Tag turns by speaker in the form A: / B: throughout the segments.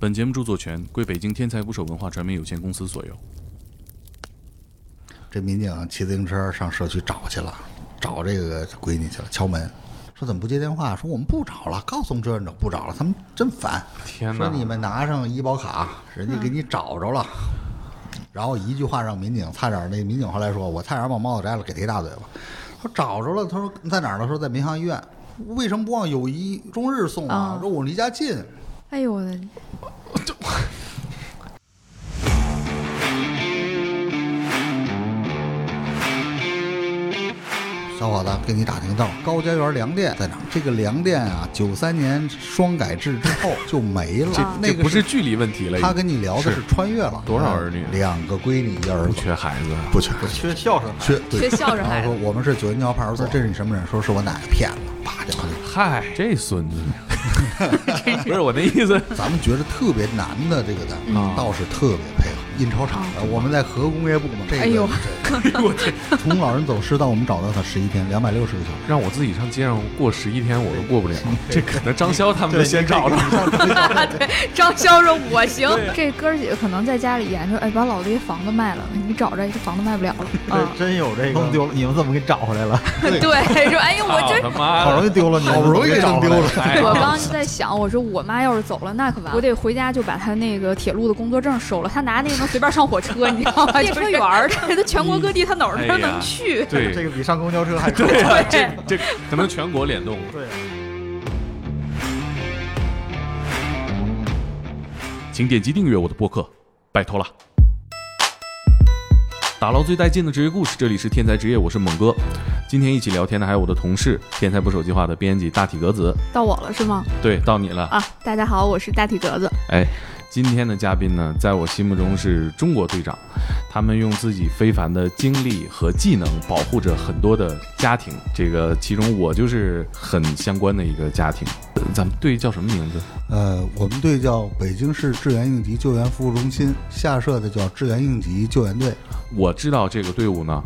A: 本节目著作权归北京天才捕手文化传媒有限公司所有。
B: 这民警啊骑自行车上社区找去了，找这个闺女去了，敲门说怎么不接电话？说我们不找了，告诉志愿者不找了，他们真烦。
C: 天
B: 说
C: 哪！
B: 你们拿上医保卡，人家给你找着了。
C: 嗯
B: 然后一句话让民警差点儿，那民警后来说，我差点儿把帽子摘了，给他一大嘴巴。说找着了，他说在哪儿呢？说在民航医院。为什么不往友谊中日送啊？
D: 啊
B: 说我离家近。
D: 哎呦我的，
B: 小伙子，给你打听到高家园粮店在哪儿？这个粮店啊，九三年双改制之后就没了。那
C: 这
B: 个
C: 不是距离问题了，
B: 他跟你聊的是穿越了，
A: 多少儿女
B: 两个闺女，一儿
C: 不
B: 子，
C: 缺孩子，
B: 不缺
E: 我缺孝顺，
B: 缺
D: 缺
B: 对。
D: 笑着
B: 然后
D: 来
B: 说
D: 了。
B: 我们是九云桥派出所，这是你什么人？说是我奶奶骗了，叭就完了。
C: 嗨，这孙子，不是我那意思，
B: 咱们觉得特别难的这个单位
C: 嗯
B: 倒是特别配合。印钞厂的，我们在核工业部嘛，这个
D: 哎呦，
B: 这 从老人走失到我们找到他十一天，两百六十个小时。
C: 让我自己上街上过十一天我都过不了，这可能张潇他们就先找着了，
D: 张潇说：“我行。”这哥儿几个可能在家里研究，哎，把老子这房子卖了，你找着这房子卖不了了。啊
E: 对，，真有这
B: 弄
E: 个
B: 丢
E: 丢了，你们怎么给找回来了？
D: 对，说：“哎呀，我这
C: 操他妈
E: 好容易
C: 的，
E: 丢了，你们
B: 好不容易给
E: 怎么
B: 弄
E: 给
B: 丢
E: 找回来
B: 啊了，
C: 哎
D: 我刚刚就在想，我说我妈要是走了，那可 完了，我得回家就把她那个铁路的工作证收了。她拿 那个能随便上火车，你知道 吗？列车员儿，她全国各地，她哪儿都
C: 哎呀
D: 能去。
C: 对
E: 这个比上公交车还
C: 对啊，这这
D: 对
C: 可能全国联动。
E: 对，
A: 请点击订阅我的播客，拜托了。打捞最带劲的职业故事，这里是天才职业，我是猛哥。今天一起聊天的还有我的同事，天才捕手计划的编辑大体格子。
D: 到我了是吗？
A: 对，到你了。
D: 啊，大家好，我是大体格子。
A: 哎，今天的嘉宾呢，在我心目中是中国队长，他们用自己非凡的经历和技能保护着很多的家庭。这个其中我就是很相关的一个家庭。呃咱们队叫什么名字？
B: 呃，我们队叫北京市支援应急救援服务中心，下设的叫支援应急救援队。
A: 我知道这个队伍呢，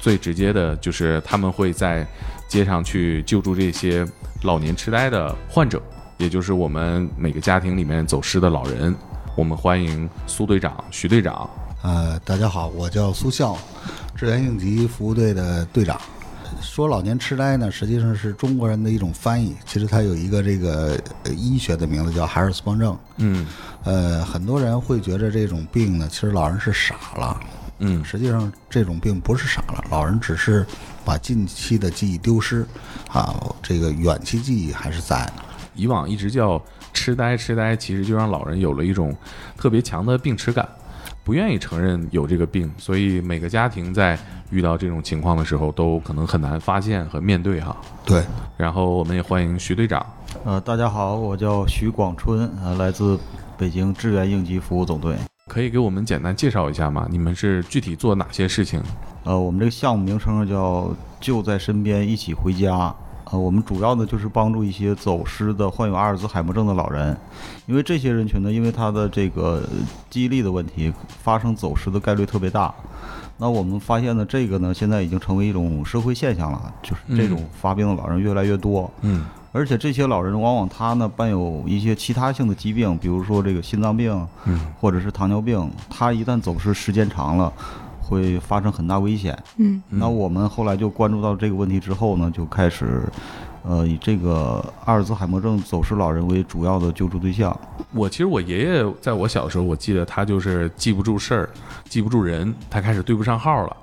A: 最直接的就是他们会在街上去救助这些老年痴呆的患者，也就是我们每个家庭里面走失的老人。我们欢迎苏队长、徐队长。
B: 呃，大家好，我叫苏笑，支援应急服务队的队长。说老年痴呆呢，实际上是中国人的一种翻译，其实它有一个这个呃医学的名字叫海尔斯邦症。
A: 嗯
B: 呃，很多人会觉着这种病呢，其实老人是傻了。
A: 嗯
B: 实际上这种病不是傻了，老人只是把近期的记忆丢失，啊，这个远期记忆还是在。
A: 以往一直叫痴呆，痴呆其实就让老人有了一种特别强的病耻感，不愿意承认有这个病，所以每个家庭在遇到这种情况的时候，都可能很难发现和面对哈。
B: 对，
A: 然后我们也欢迎徐队长，
E: 呃，大家好，我叫徐广春，呃，来自北京支援应急服务总队。
A: 可以给我们简单介绍一下吗？你们是具体做哪些事情？
E: 呃，我们这个项目名称叫“就在身边，一起回家”。呃，我们主要呢就是帮助一些走失的、患有阿尔兹海默症的老人，因为这些人群呢，因为他的这个呃记忆力的问题，发生走失的概率特别大。那我们发现呢，这个呢现在已经成为一种社会现象了，就是这种
A: 嗯
E: 发病的老人越来越多。
A: 嗯
E: 而且这些老人往往他呢伴有一些其他性的疾病，比如说这个心脏病，
A: 嗯，
E: 或者是糖尿病，他一旦走失时间长了，会发生很大危险。
D: 嗯
E: 那我们后来就关注到这个问题之后呢，就开始，呃，以这个阿尔兹海默症走失老人为主要的救助对象。
A: 我其实我爷爷在我小时候，我记得他就是记不住事儿，记不住人，他开始对不上号了。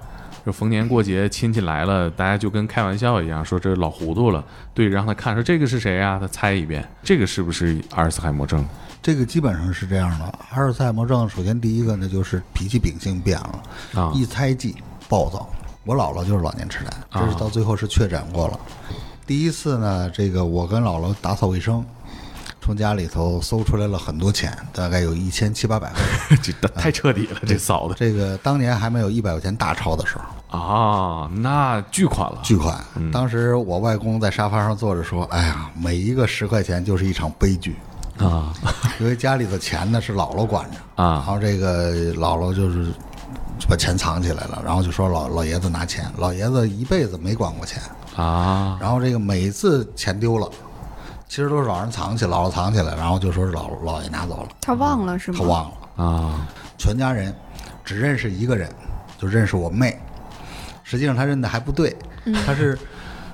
A: 就逢年过节亲戚来了，大家就跟开玩笑一样，说这老糊涂了。对，让他看说这个是谁啊？他猜一遍，这个是不是阿尔茨海默症？
B: 这个基本上是这样的。阿尔茨海默症，首先第一个呢就是脾气秉性变了，
A: 啊
B: 一猜忌、暴躁。我姥姥就是老年痴呆，这是到最后是确诊过了。第一次呢，这个我跟姥姥打扫卫生，从家里头搜出来了很多钱，大概有一千七八百块钱。
A: 这太彻底了，这嫂子
B: 这个当年还没有一百块钱大钞的时候，
A: 啊，那巨款了。
B: 巨款。当时我外公在沙发上坐着说：“哎呀，每一个十块钱就是一场悲剧。”
A: 啊
B: 因为家里的钱呢是姥姥管着
A: 啊
B: 然后这个姥姥就是把钱藏起来了，然后就说老老爷子拿钱，老爷子一辈子没管过钱，
A: 啊
B: 然后这个每一次钱丢了，其实都是老人藏起，姥姥藏起来，然后就说是姥姥姥爷拿走了，
D: 他忘了是吗？
B: 他忘了。
A: 啊，
B: 全家人只认识一个人，就认识我妹。实际上他认的还不对，他是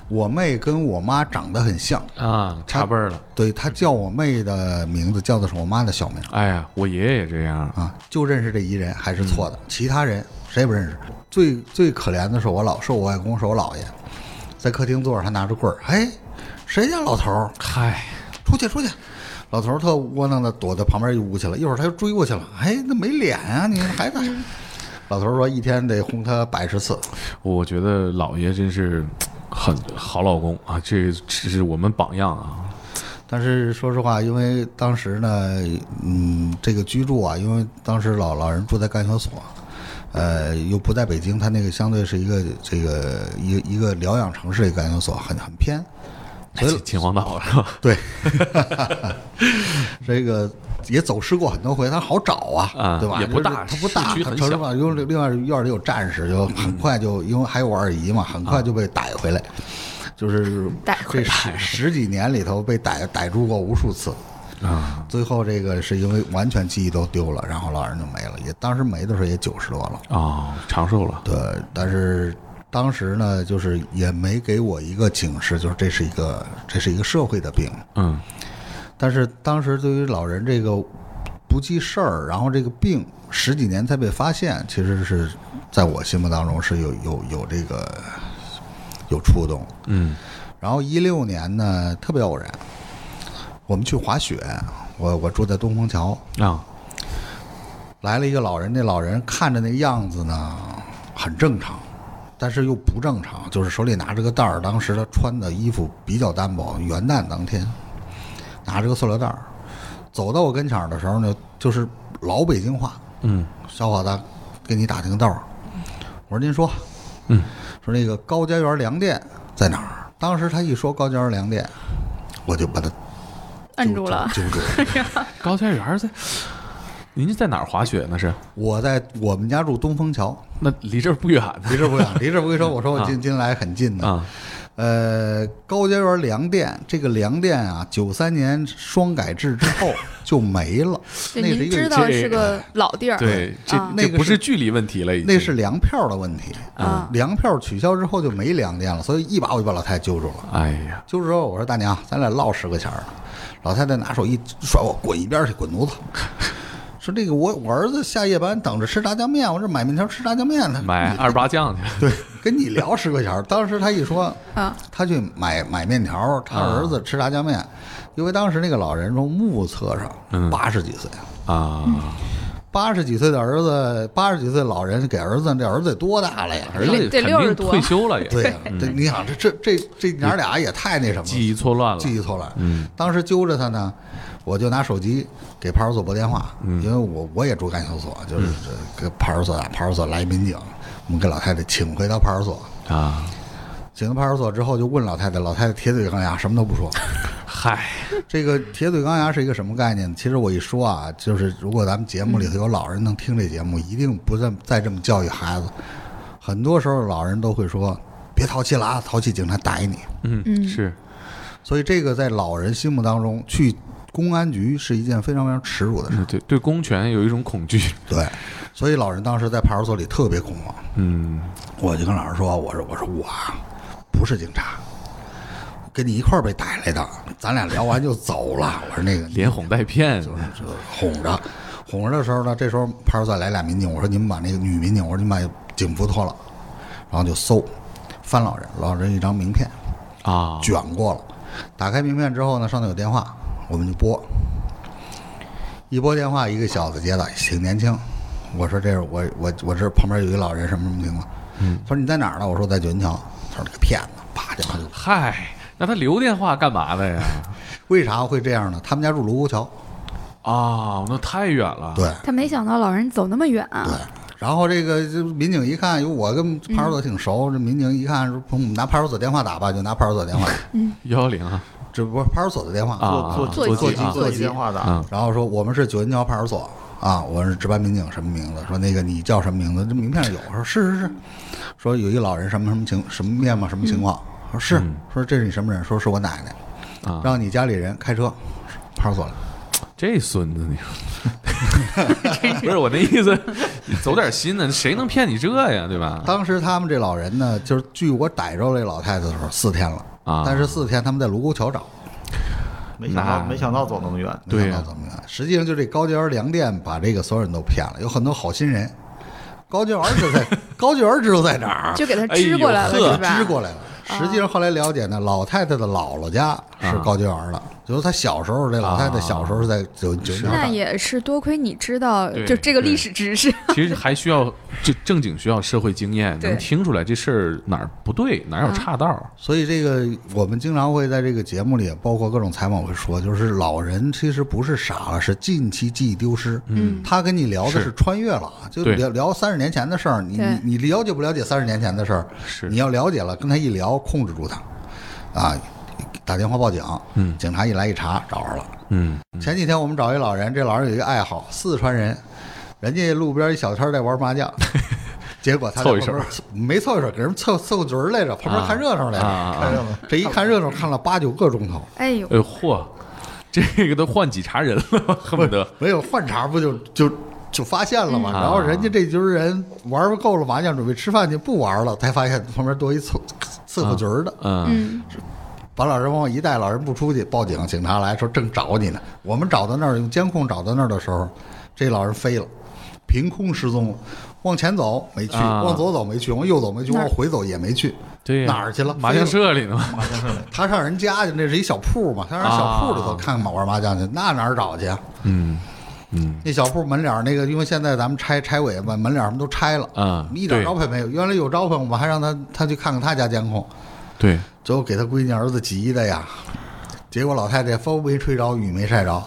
B: 我妹跟我妈长得很像，
A: 啊，差辈儿了。
B: 对他叫我妹的名字叫的是我妈的小名
A: 哎呀，我爷爷也这样。
B: 啊，就认识这一人还是错的，其他人谁也不认识。最最可怜的是我老是我外公是我姥爷，在客厅坐着，他拿着棍儿，哎，谁家老头儿
A: 嗨，
B: 出去出去。老头儿特窝囊的躲到旁边一屋去了，一会儿他又追过去了。哎，那没脸啊，你还在？老头儿说一天得轰他百十次，
A: 我觉得姥爷真是很好老公啊，这这是我们榜样啊。
B: 但是说实话，因为当时呢，嗯，这个居住啊，因为当时老老人住在干休所，呃，又不在北京，他那个相对是一个这个一个一个疗养城市的干休所，很很偏。所以
A: 秦秦皇岛是吧？
B: 对，这个也走失过很多回，他好找啊，
A: 啊
B: 对吧？
A: 也不大
B: 它不大，
A: 市区
B: 它
A: 很
B: 城市
A: 小嗯
B: 化，因为另外院里有战士，就很快就因为还有我二姨嘛，很
A: 啊
B: 快就被逮回来， 就是
D: 逮
B: 这
D: 回
B: 十十几年里头被逮逮住过无数次。
A: 啊，
B: 最后这个是因为完全记忆都丢了，然后老人就没了。也当时没的时候也九十多了，
A: 哦，长寿了。
B: 对，但是当时呢，就是也没给我一个警示，就是这是一个这是一个社会的病。
A: 嗯，
B: 但是当时对于老人这个不记事儿，然后这个病十几年才被发现，其实是在我心目当中是有有有这个有触动。
A: 嗯，
B: 然后一六年呢，特别偶然，我们去滑雪，我我住在东风桥，
A: 啊，
B: 来了一个老人，那老人看着那个样子呢，很正常，但是又不正常，就是手里拿着个袋儿。当时他穿的衣服比较单薄，元旦当天拿着个塑料袋儿，走到我跟前儿的时候呢，就是老北京话
A: 嗯：“
B: 小伙子，给你打听道儿。”我说：“您说。”
A: 嗯，
B: 说那个高家园粮店在哪儿？当时他一说高家园粮店，我就把他
D: 摁住了，
B: 揪住了。
A: 高家园在，您是在哪儿滑雪呢？是？
B: 我在我们家住东风桥，
A: 那离这儿不远
B: 离这不远，离这不会说，我说我近近来很近的。
A: 啊。
B: 呃，高家园粮店这个粮店啊，九三年双改制之后就没了，
D: 就
B: 那是一
D: 您知
B: 个
D: 道
A: 这
D: 是个老地儿，
A: 对，这
D: 啊
A: 这
B: 那个
A: 不
B: 是
A: 是距离问题了，已经
B: 那是粮票的问题
D: 啊
B: 粮票取消之后就没粮店了，所以一把我就把老太太揪住了。
A: 哎呀，
B: 揪住之后，我说大娘，咱俩唠十个钱儿。老太太拿手一甩我，滚一边去，滚犊子！ 说这个我我儿子下夜班等着吃炸酱面，我这买面条吃炸酱面呢，
A: 买二八酱去。
B: 对，跟你聊十块钱儿。当时他一说，
D: 啊，
B: 他去买买面条儿，他儿
A: 嗯
B: 子吃炸酱面，因为当时那个老人从目测
A: 嗯
B: 上八十几岁，
A: 啊，
D: 嗯
B: 八十几岁的儿子，八十几岁老人给儿子，这儿子得多大了呀？
A: 儿子嗯
D: 得
A: 肯
D: 六十
A: 定
D: 多
A: 退休了也，
B: 啊对呀、这你想这这这这娘儿俩也太那什么了，
A: 记忆错乱了。
B: 记忆错了。
A: 嗯，
B: 当时揪着他呢，我就拿手机给派出所拨电话，
A: 嗯
B: 因为我我也住干休所，就是这给派出所打啊派出所来民警，我们给老太太请回到派出所。
A: 啊，
B: 请到派出所之后，就问老太太，老太太铁嘴钢牙，什么都不说。
A: 嗨，
B: 这个铁嘴钢牙是一个什么概念？其实我一说啊，就是如果咱们节目里头有老人能听这节目，一定不这么再这么教育孩子。很多时候老人都会说：“别淘气了啊，淘气警察逮你。
A: 嗯，是”
B: 所以这个在老人心目当中，去公安局是一件非常非常耻辱的事。
A: 是对对公权有一种恐惧。
B: 对，所以老人当时在派出所里特别恐慌。
A: 嗯，
B: 我就跟老师说：“我说我说我不是警察，跟你一块儿被逮来的，咱俩聊完就走 了。”我说那个
A: 连哄带骗，
B: 就哄着，哄着的时候呢，这时候派出所来俩民警，我说你们把那个女民警，我说你们把警服脱了，然后就搜，翻老人，老人一张名片
A: 啊，
B: 卷过了，打开名片之后呢，上头有电话，我们就拨，一拨电话，一个小子接的，挺年轻，我说这是我我我这旁边有一老人什么什么情况，他说你在哪儿呢？我说我在九云桥，他说这个骗子，啪电话就，
A: 嗨，那他留电话干嘛的呀？
B: 为啥会这样呢？他们家住卢沟桥，
A: 啊，那太远了。
B: 对。
D: 他没想到老人走那么远，啊
B: 对，然后这个这民警一看，因为我跟派出所挺熟，这民警一看说：“我们拿派出所电话打吧，就拿派出所电话，
A: 幺幺零啊，
B: 这不是派出所的电话。
A: 啊
E: 坐
A: 啊
E: 坐
D: 座
E: 坐
D: 机
E: 坐
D: 座
E: 坐
D: 机
E: 电话的，
A: 嗯
B: 然后说我们是九云桥派出所啊，我是值班民警，什么名字？说那个你叫什么名字？这名片上有。我说是是是。说有一老人什么什么情什么面貌什么情况？说是。说这是你什么人？说是我奶奶。
A: 嗯啊，
B: 让你家里人开车派出所来。
A: 这孙子你说，不是我那意思，你走点心呢，谁能骗你这呀，对吧？
B: 当时他们这老人呢，就是据我逮着这老太太的时候，四天了
A: 啊
B: 但是四天他们在卢沟桥找，
E: 没想到
A: 那
E: 没想到走那么远，
A: 对
B: 没
A: 呀
B: 想到怎么样？实际上就这高家园粮店把这个所有人都骗了，有很多好心人。高家园儿 就在高家园儿知道在哪儿，
D: 就给他支过来
A: 啊
D: 了，
A: 哎呦呵
D: 是吧？
B: 支过来了。实际上后来了解呢，老太太的姥姥家是
A: 啊
B: 高家园儿的，就是她小时候，这老太太小时候是在九九零
D: 那
B: 年
D: 也是多亏你知道，
A: 对
D: 就这个历史知识。
A: 其实还需要就正经需要社会经验，
D: 对
A: 能听出来这事儿哪儿不对，哪儿有岔道儿。
B: 所以这个我们经常会在这个节目里，包括各种采访会说，就是老人其实不是傻了，是近期记忆丢失。
D: 嗯，
B: 他跟你聊的是
A: 是
B: 穿越了，啊就
A: 对
B: 聊聊三十年前的事儿。你
D: 对
B: 你你了解不了解三十年前的事儿？
A: 是
B: 你要了解了，跟他一聊，控制住他，啊，打电话报警，
A: 嗯
B: 警察一来一查，找着了。
A: 嗯，
B: 前几天我们找一老人，这老人有一个爱好，四川人，人家路边一小摊儿在玩 麻将，结果他在
A: 凑一
B: 旁边没凑一手，给人凑凑局儿来着，旁边
A: 啊
B: 看热闹来着，
A: 啊啊啊
B: 看热闹，这一看热闹看了八九个钟头，
D: 哎呦，
A: 哎呦嚯，这个都换几茬人了，恨不得
B: 没有换茬不就就就发现了嘛，
A: 嗯
B: 然后人家这局儿人玩够了麻将，准备吃饭去，不玩了，才发现旁边多一凑
A: 啊
B: 伺候局儿的，
A: 嗯，
D: 嗯，
B: 把老人往外一带，老人不出去，报警，警察来说正找你呢。我们找到那儿，用监控找到那儿的时候，这老人飞了，凭空失踪了。往前走没去，
A: 啊
B: 往左走没去，往右走没去，
D: 哪儿
B: 往回走也没去。
A: 对呀，
B: 哪儿去了
A: 麻将社里呢吗？
B: 他上人家去，那是一小铺嘛，他上小铺里头看看玩麻将去，那哪儿找去
A: 啊
B: 啊？
A: 嗯嗯
B: 那小铺门脸儿那个，因为现在咱们拆拆委把门脸儿什么都拆了，
A: 啊，
B: 一点
A: 对
B: 招牌没有。原来有招牌，我们还让他他去看看他家监控，
A: 对，
B: 最后给他闺女儿子急的呀。结果老太太风没吹着，雨没晒着，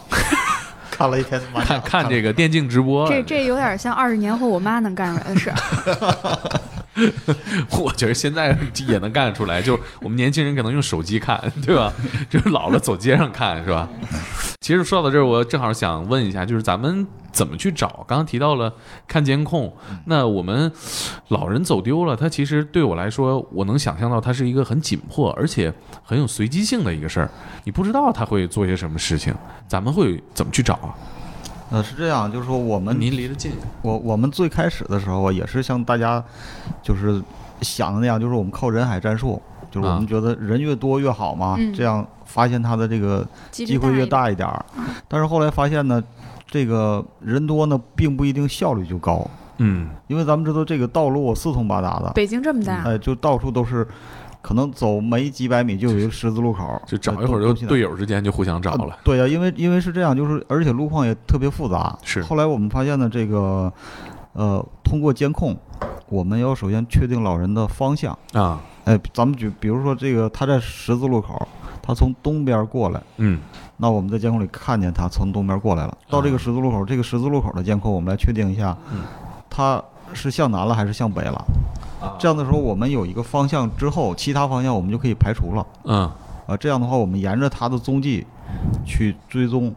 E: 看了一天麻
A: 看看这个电竞直播，
E: 哎
A: 哎
D: 这这有点像二十年后我妈能干出来呃的事儿。
A: 我觉得现在也能干得出来，就是我们年轻人可能用手机看，对吧？就是老了走街上看，是吧？其实说到这儿，我正好想问一下，就是咱们怎么去找？刚刚提到了看监控，那我们老人走丢了，他其实对我来说，我能想象到它是一个很紧迫，而且很有随机性的一个事儿，你不知道他会做些什么事情，咱们会怎么去找啊？
E: 呃，是这样，就是说我们
A: 您离得近，
E: 我我们最开始的时候啊，也是像大家就是想的那样，就是我们靠人海战术，就是我
A: 啊
E: 们觉得人越多越好嘛，
D: 嗯
E: 这样发现他的这个
D: 几率
E: 机会越
D: 大
E: 大一点儿。但是后来发现呢，这个人多呢，并不一定效率就高，
A: 嗯
E: 因为咱们知道这个道路四通八达
D: 一点，
E: 的，
D: 北京这么大，
E: 哎，就到处都是，可能走没几百米就有一个十字路口，
A: 就
E: 哎
A: 找一会儿
E: 东
A: 就
E: 东西南
A: 队友之间就互相找
E: 啊
A: 了，
E: 对呀、因为因为是这样，就是而且路况也特别复杂。
A: 是
E: 后来我们发现呢，这个呃，通过监控，我们要首先确定老人的方向。
A: 啊，
E: 哎，咱们举，比如说这个他在十字路口，他从东边过来，
A: 嗯
E: 那我们在监控里看见他从东边过来了。到
A: 啊
E: 这个十字路口，这个十字路口的监控，我们来确定一下，
A: 嗯
E: 他是向南了还是向北了。
A: 啊
E: 这样的时候，我们有一个方向之后，其他方向我们就可以排除了。
A: 嗯。
E: 啊，这样的话，我们沿着它的踪迹去追踪，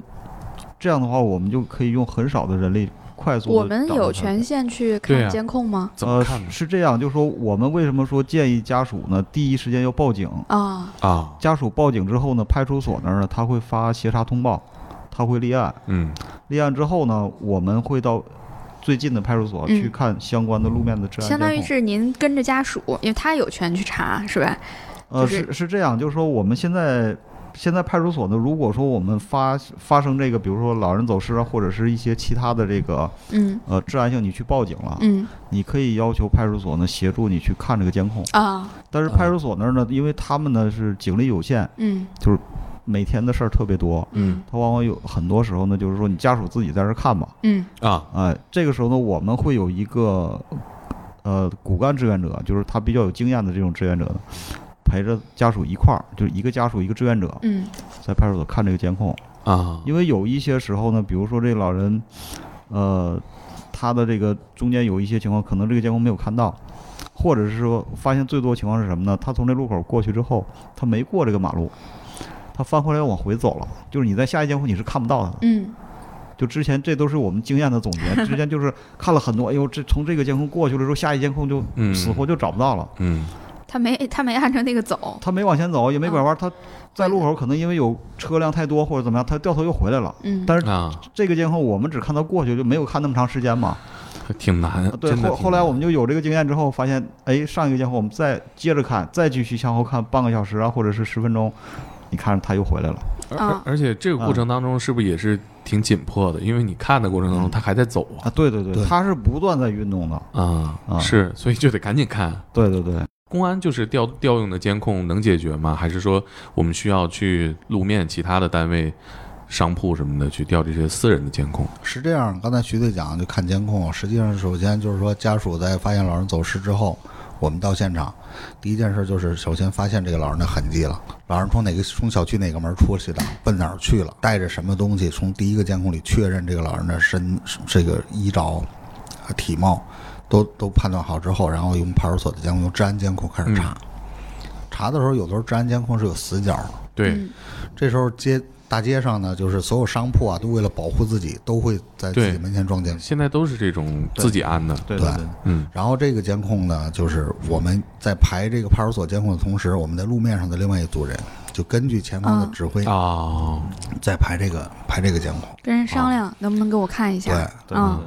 E: 这样的话，我们就可以用很少的人力快速地
D: 我们
E: 找到
D: 有
E: 它
D: 权限去
A: 对啊
D: 看
A: 呀
D: 监控吗？
A: 怎么
E: 呃
A: 看呢
E: 是是这样，就是说我们为什么说建议家属呢？第一时间要报警，
D: 啊，
A: 啊？
E: 家属报警之后呢，派出所那儿呢他会发协查通报，他会立案，
A: 嗯
E: 立案之后呢，我们会到最近的派出所去
D: 嗯
E: 看相关的路面的治啊安监控。
D: 相当于是您跟着家属，因为他有权去查，是吧？
E: 呃，
D: 就是
E: 是是这样，就是说我们现在现在派出所呢，如果说我们发发生这个，比如说老人走失啊，或者是一些其他的这个
D: 嗯
E: 呃治安性，你去报警了，
D: 嗯
E: 你可以要求派出所呢协助你去看这个监控。
D: 啊
E: 但是
A: 啊
E: 派出所那儿呢，因为他们呢是警力有限，
D: 嗯
E: 每天的事儿特别多，
D: 嗯
E: 他往往有很多时候呢，就是说你家属自己在这儿看吧，
D: 嗯
A: 啊，
E: 哎，这个时候呢，我们会有一个呃骨干志愿者，就是他比较有经验的这种志愿者呢，陪着家属一块儿，就是一个家属一个志愿者，
D: 嗯
E: 在派出所看这个监控，
A: 啊，
E: 因为有一些时候呢，比如说这老人，呃，他的这个中间有一些情况，可能这个监控没有看到，或者是说发现最多情况是什么呢？他从这路口过去之后，他没过这个马路，他翻回来往回走了，就是你在下一监控你是看不到他的。
D: 嗯
E: 就之前这都是我们经验的总结，之前就是看了很多，哎呦，这从这个监控过去了之后，下一监控就
A: 嗯
E: 死活就找不到了。
A: 嗯，
D: 他他没他没按着那个走，
E: 他没往前走，也没拐弯，他在路口可能因为有车辆太多或者怎么样，他掉头又回来了。
F: 嗯，
E: 但是
A: 啊，
E: 这个监控我们只看到过去，就没有看那么长时 间嘛。
A: 挺难。
E: 对，
A: 真的
E: 后
A: 挺
E: 后来
A: 难
E: 我们就有这个经验之后，发现，哎，上一个监控我们再接着看，再继续向后看半个小时啊，或者是十分钟，你看着他又回来了。
A: 而
D: 啊
A: 而而且这个过程当中是不是也是挺紧迫的？因为你看的过程当中，
E: 嗯
A: 他还在走
E: 啊，对对对，
B: 对
E: 他是不断在运动的。
A: 啊，啊
E: 啊
A: 是，所以就得赶紧看。
E: 对对对，
A: 公安就是调调用的监控能解决吗？还是说我们需要去路面其他的单位、商铺什么的去调这些私人的监控？
B: 是这样，刚才徐队讲就看监控，实际上首先就是说家属在发现老人走失之后，我们到现场，第一件事就是首先发现这个老人的痕迹了，老人从哪个从小区哪个门出去的，奔哪儿去了，带着什么东西，从第一个监控里确认这个老人的身这个衣着、啊体貌，都都判断好之后，然后用派出所的监控、用治安监控开始查。查的时候，有的时候治安监控是有死角的，
A: 对，
B: 这时候街大街上呢，就是所有商铺啊，都为了保护自己，都会在自
A: 对
B: 己门前装监控。
A: 现在都是这种自己安的，
E: 对
B: 对
E: 对，
A: 嗯
B: 然后这个监控呢，就是我们在排这个派出所监控的同时，我们在路面上的另外一组人，就根据前方的指挥
A: 哦，
B: 在排这个排这个监控。
D: 跟人商量能不能给我看一下
B: 对，
E: 啊对
D: 啊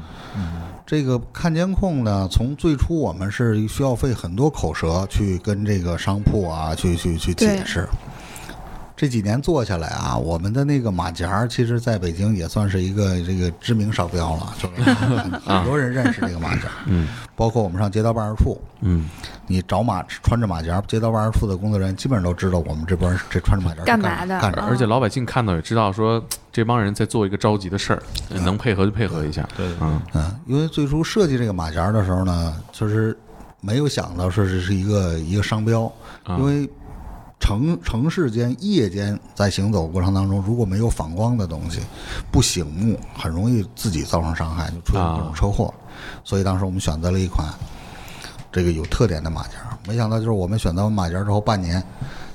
B: 这个看监控呢，从最初我们是需要费很多口舌去跟这个商铺啊，去去去解释。这几年做下来啊，我们的那个马甲儿，其实在北京也算是一个这个知名商标了，就是 很多人认识这个马甲儿。
A: 嗯
B: 包括我们上街道办事处，
A: 嗯，
B: 你找马穿着马甲儿，街道办事处的工作人员基本上都知道我们这边儿这穿着马甲儿是
D: 干嘛
B: 嘛
D: 的
B: 干
A: 而
B: 啥？
A: 而且老百姓看到也知道说这帮人在做一个着急的事儿，能配合就配合一下，
E: 嗯对对对
A: 嗯
B: 嗯，因为最初设计这个马甲儿的时候呢，就是没有想到说这是一个一个商标，
A: 啊
B: 因为城城市间夜间在行走过程当中，如果没有反光的东西，不醒目，很容易自己造成伤害，就出现各种车祸。所以当时我们选择了一款这个有特点的马甲儿，没想到就是我们选择完马甲儿之后半年。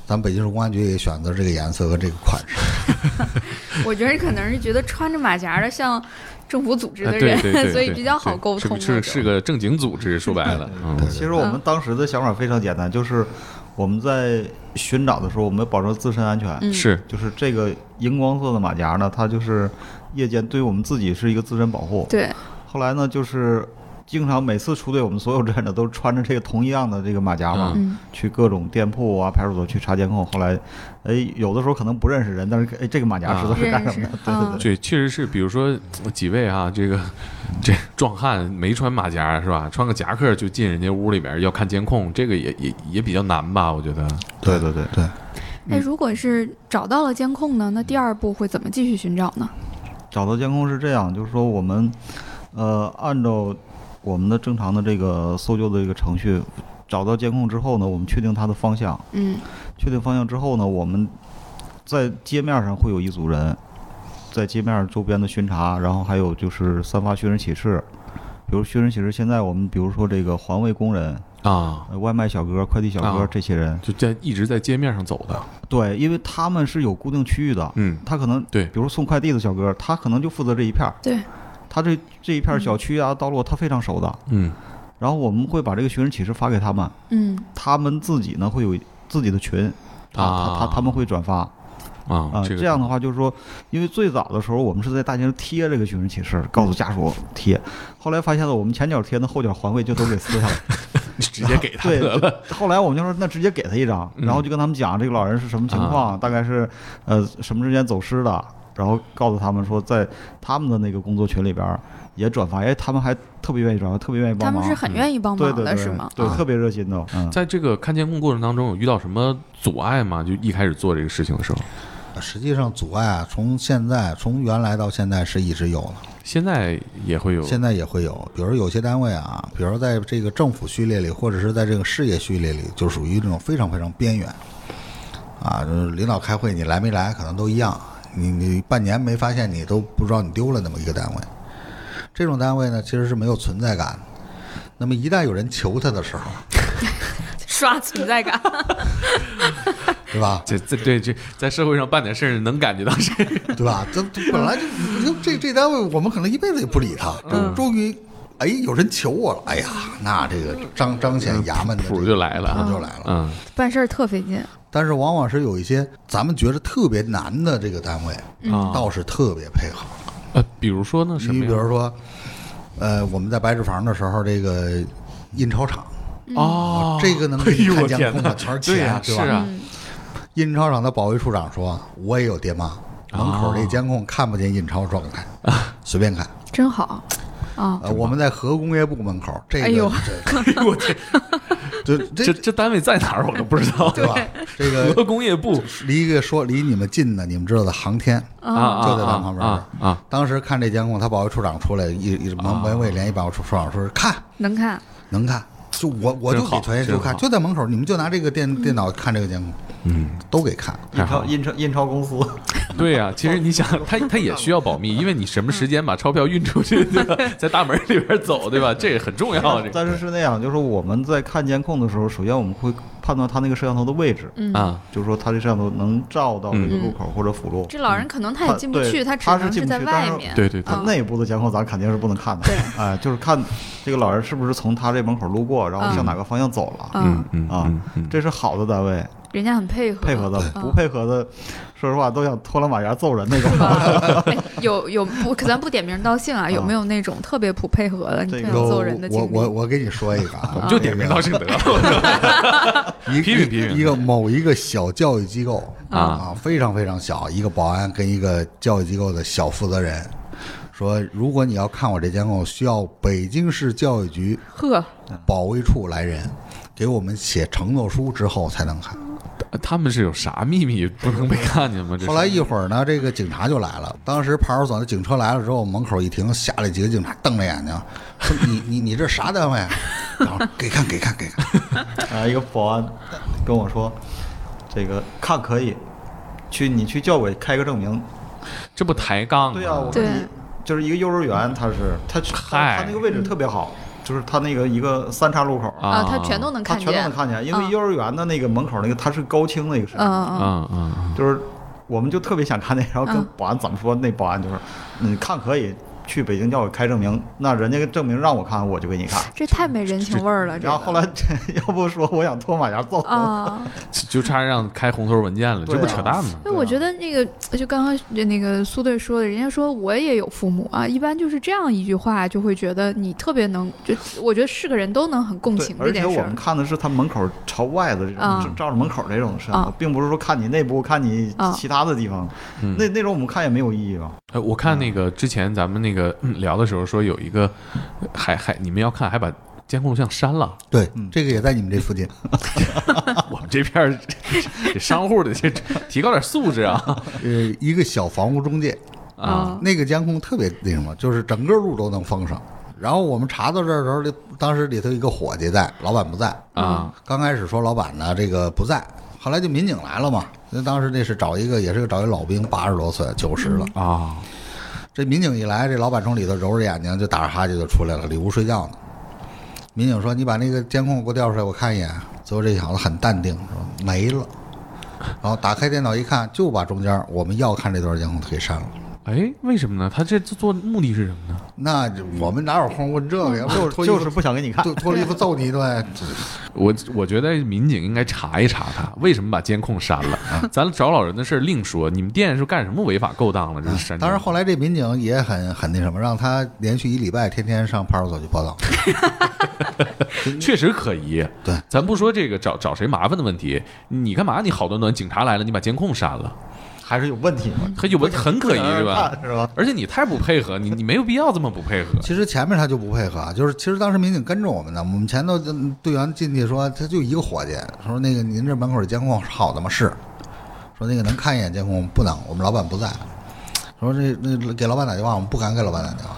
B: 咱们北京市公安局也选择这个颜色和这个款式，
F: 我觉得可能是觉得穿着马甲的像政府组织
A: 哎
E: 啊
F: 的
A: 对
F: 人
A: 对对，，
F: 所以
A: 对
F: 比较好沟通。
A: 是
F: 我
A: 是
F: 觉
A: 是
F: 得
A: 个正经组织，说白 了，嗯
E: 其实我们当时的想法非常简单，就是我们在寻找的时候，我们要保证自身安全。
F: 嗯
A: 是
E: 就是这个荧光色的马甲呢，它就是夜间对于我们自己是一个自身保护。
D: 对，
E: 后来呢，就是经常每次出队，我们所有志愿者都穿着这个同一样的这个马甲嘛，
D: 嗯
E: 去各种店铺啊、派出所去查监控。后来，哎，有的时候可能不认识人，但是哎，这个马甲知道是干什么的。 对
D: 啊
E: 对对。
A: 对，确实是，比如说呃几位啊，这个这壮汉没穿马甲是吧？穿个夹克就进人家屋里边要看监控，这个也也也比较难吧？我觉得
E: 对对对，
D: 哎，如果是找到了监控呢，那第二步会怎么继续寻找呢？
E: 找到监控是这样，就是说我们，呃，按照我们的正常的这个搜救的这个程序，找到监控之后呢，我们确定它的方向，
D: 嗯
E: 确定方向之后呢，我们在街面上会有一组人，在街面周边的巡查，然后还有就是散发寻人启事，比如寻人启事，现在我们比如说这个环卫工人、
A: 啊，
E: 呃外卖小哥、快递小哥
A: 啊
E: 这些人，
A: 就在一直在街面上走的，
E: 对，因为他们是有固定区域的，
A: 嗯，
E: 他可能
A: 对
E: 比如送快递的小哥，他可能就负责这一片儿，
D: 对，
E: 他这这一片儿小区啊、道路他非常熟的，
A: 嗯
E: 然后我们会把这个寻人启事发给他们，
D: 嗯，
E: 他们自己呢会有自己的群，他
A: 啊
E: 他他他们会转发啊、
A: 啊，这个
E: 这样的话就是说，因为最早的时候我们是在大街上贴这个寻人启事，告诉家属贴，后来发现了我们前脚贴呢，后脚环卫就都给撕下来，
A: 直接给他
E: 对
A: 得了，，
E: 后来我们就说那直接给他一张，
A: 嗯
E: 然后就跟他们讲这个老人是什么情况，大概是呃什么时间走失的，然后告诉他们说在他们的那个工作群里边儿也转发，哎，他们还特别愿意转发，特别愿意
D: 他
E: 帮忙，
D: 们是很愿意帮
E: 对
D: 忙
E: 对
D: 的，
E: 对，
D: 是吗？
E: 对，
D: 啊
E: 特别热心的，嗯。
A: 在这个看监控过程当中有遇到什么阻碍吗？就一开始做这个事情的时候，
B: 实际上阻碍啊，从现在从原来到现在是一直有的。
A: 现在也会有
B: 现在也会有，比如有些单位啊，比如在这个政府序列里，或者是在这个事业序列里，就属于这种非常非常边缘，啊，就是领导开会你来没来可能都一样，你你半年没发现你都不知道你丢了那么一个单位，这种单位呢其实是没有存在感的。那么一旦有人求他的时候，
F: 刷存在 感。
B: 对吧？
A: 这这对这在社会上办点事儿 能感觉到是嗯
B: 对吧？这这本来就你就这这单位，我们可能一辈子也不理他，终终于哎，有人求我了，哎呀，那这个彰彰显衙门的
A: 谱
B: 这
A: 儿
B: 个
A: 就来了
B: 谱儿
A: 啊
B: 就来了。
A: 嗯，
D: 办事儿特费劲，
B: 但是往往是有一些咱们觉得特别难的这个单位，
A: 啊
B: 倒是特别配合。
A: 呃，比如说呢，什
B: 你
A: 么
B: 比
A: 呀？
B: 如说，呃，我们在白纸房的时候，这个印钞厂，
A: 哦，
B: 这个能
A: 哎
B: 给你
A: 呦
B: 看
A: 我
B: 见
A: 天
B: 空
A: 哪
B: 的，全是
A: 对
B: 钱，
A: 呀，
B: 对
A: 是
B: 吧？
A: 啊，
B: 印钞厂的保卫处长说，我也有爹妈，
A: 哦
B: 门口这监控看不见印钞状 态，随便看。
D: 真好啊！
B: 呃，我们在核工业部门口，这个，
D: 哎呦
A: 哎 呦我天，
B: 这这
A: 这这单位在哪儿我都不知道。
B: 对吧？这个
A: 核工业部
B: 离一个说离你们近的，你们知道的航天，
A: 啊啊
B: 就在咱旁边
A: 啊啊啊！
B: 当时看这监控，他保卫处长出来一一
A: 哦
B: 门门卫连一保卫处处长说看
D: 能看，
E: 啊
B: 能看，就我我就
A: 真
B: 给
A: 好
B: 团员
A: 真
B: 就看，
A: 好
B: 就在门口，你们就拿这个
F: 嗯
B: 电电脑看这个监控，嗯，都给看。
E: 印
A: 太好
E: 钞
A: 了
E: 印钞印钞公司，
A: 对呀、其实你想，他他也需要保密，因为你什么时间把钞票运出去，对吧？在大门里边走，对吧？这也很重哦要，这个
E: 啊但是是那样，就是我们在看监控的时候，首先我们会判断他那个摄像头的位
D: 嗯
E: 置，
A: 啊，
E: 就是说他这摄像头能照到
A: 嗯
E: 这个入口或者辅路。
F: 这老人可能他
E: 他
F: 也进不
E: 对
F: 去，他只
E: 他是
F: 能
E: 进不
F: 在
E: 去但
F: 外
E: 是
F: 面。
A: 对对对
E: 他，内部的监控咱肯定是不能看的， 哎，就是看这个老人是不是从他这门口路过，然后向哪个方向走了。
A: 嗯嗯
E: 啊
A: 嗯，嗯，
E: 这是好的单位，
D: 人家很配合，
E: 配合的，不配合的，说实话都想拖了马牙揍人那种。
F: 哎有有不，可咱不点名道姓啊，有没有那种特别不配合的，你
E: 这
F: 特
E: 个
F: 想
B: 有
F: 揍人的经
B: 我
F: 历？
B: 我我给你说一个 啊，
A: 就点名道姓得了。
B: 一
A: 批评批评
B: 一个某一个小教育机构
A: 啊
B: 非常非常小，一个保安跟一个教育机构的小负责人说，如果你要看我这监控，需要北京市教育局
D: 呵，啊
B: 保卫处来人，给我们写承诺书之后才能看。
A: 他们是有啥秘密不能被看见吗？这是
B: 后来一会儿呢，这个警察就来了。当时派出所的警车来了之后，门口一停，下来几个警察瞪着眼 睛，说：“你你你这啥单位啊？”然后给看给看给看，
E: 啊，一个保安跟我说，这个看可以，去你去教委开个证明。
A: 这不抬杠啊吗？
E: 对呀、啊我
D: 对
E: 们就是一个幼儿园，他是他他
A: 嗨
E: 他那个位置特别好，就是他那个一个三岔路口，
A: 啊
F: 啊，他全都能
E: 他
F: 看
E: 全都能
F: 见。
E: 看见，因
D: 嗯
E: 为幼儿园的那个门口那个它是高清的一个摄像头，
F: 嗯
A: 嗯嗯，
E: 就是我们就特别想看那，然后
D: 嗯
E: 跟保安怎么说，那保安就是你看可以去北京教委开证明，那人家证明让我看，我就给你看。
D: 这太没人情味儿了。这
E: 然后
D: 个
E: 后来这要不说我想脱马甲揍他。
D: 啊，
A: 就差让开红头文件了，
E: 对啊
A: 这不扯淡吗？
D: 因为哎我觉得那个就刚刚那个苏队说的，人家说我也有父母啊，一般就是这样一句话，就会觉得你特别能，就我觉得是个人都能很共
E: 对
D: 情这
E: 而
D: 件
E: 且
D: 事
E: 我
D: 儿
E: 们。看的是他门口朝外的这种，
D: 啊
E: 照照着门口这种摄像头
D: 啊，
E: 并不是说看你内部、看你
D: 啊
E: 其他的地方。那那种我们看也没有意义吧？啊
A: 哎，我看那个之前咱们那个嗯聊的时候说有一个还还你们要看还把监控录像删 了，
B: 对，这个也在你们这附近。
A: 我们这片儿这商户的这提高点素质啊
B: 呃，一个小房屋中介，
A: 啊！
B: 那个监控特别那什么，就是整个路都能封上。然后我们查到这儿的时候，里当时里头一个伙计在，老板不在
A: 啊。
B: 刚开始说老板呢这个不在，后来就民警来了嘛。那当时那是找一个也是找一老兵，八十多岁，九十了。
A: 啊，
B: 这民警一来，这老板从里头揉着眼睛就打着哈欠就出来了，里屋睡觉呢。民警说：“你把那个监控给我调出来，我看一眼。”最后这小子很淡定说：“没了。”然后打开电脑一看，就把中间我们要看这段监控给删了。
A: 哎，为什么呢？他这做目的是什么呢？
B: 那我们哪有空问这个呀？
E: 就
B: 脱
E: 是
B: 衣服
E: 就是不想给你看。
B: 脱脱衣服揍你一 顿，
A: 我我觉得民警应该查一查他为什么把监控删 了。啊咱找老人的事儿另说，你们店是干什么违法勾当了？这是删。
B: 啊当然，后来这民警也很很那什么，让他连续一礼拜天天上派出所去报道。
A: 确实可疑。
B: 对，
A: 咱不说这个找找谁麻烦的问题，你干嘛？你好端端警察来了，你把监控删了，
E: 还是有问题嘛？
A: 很有问很可疑
E: 不想让
A: 是
E: 人
A: 吧？
E: 看？是吧？
A: 而且你太不配合，你你没有必要这么不配合。
B: 其实前面他就不配合啊，就是其实当时民警跟着我们呢，我们前头就队员进去说，他就一个伙计，说那个您这门口有监控好的吗？是，说那个能看一眼监控不能，我们老板不在，说这那给老板打电话，我们不敢给老板打电话。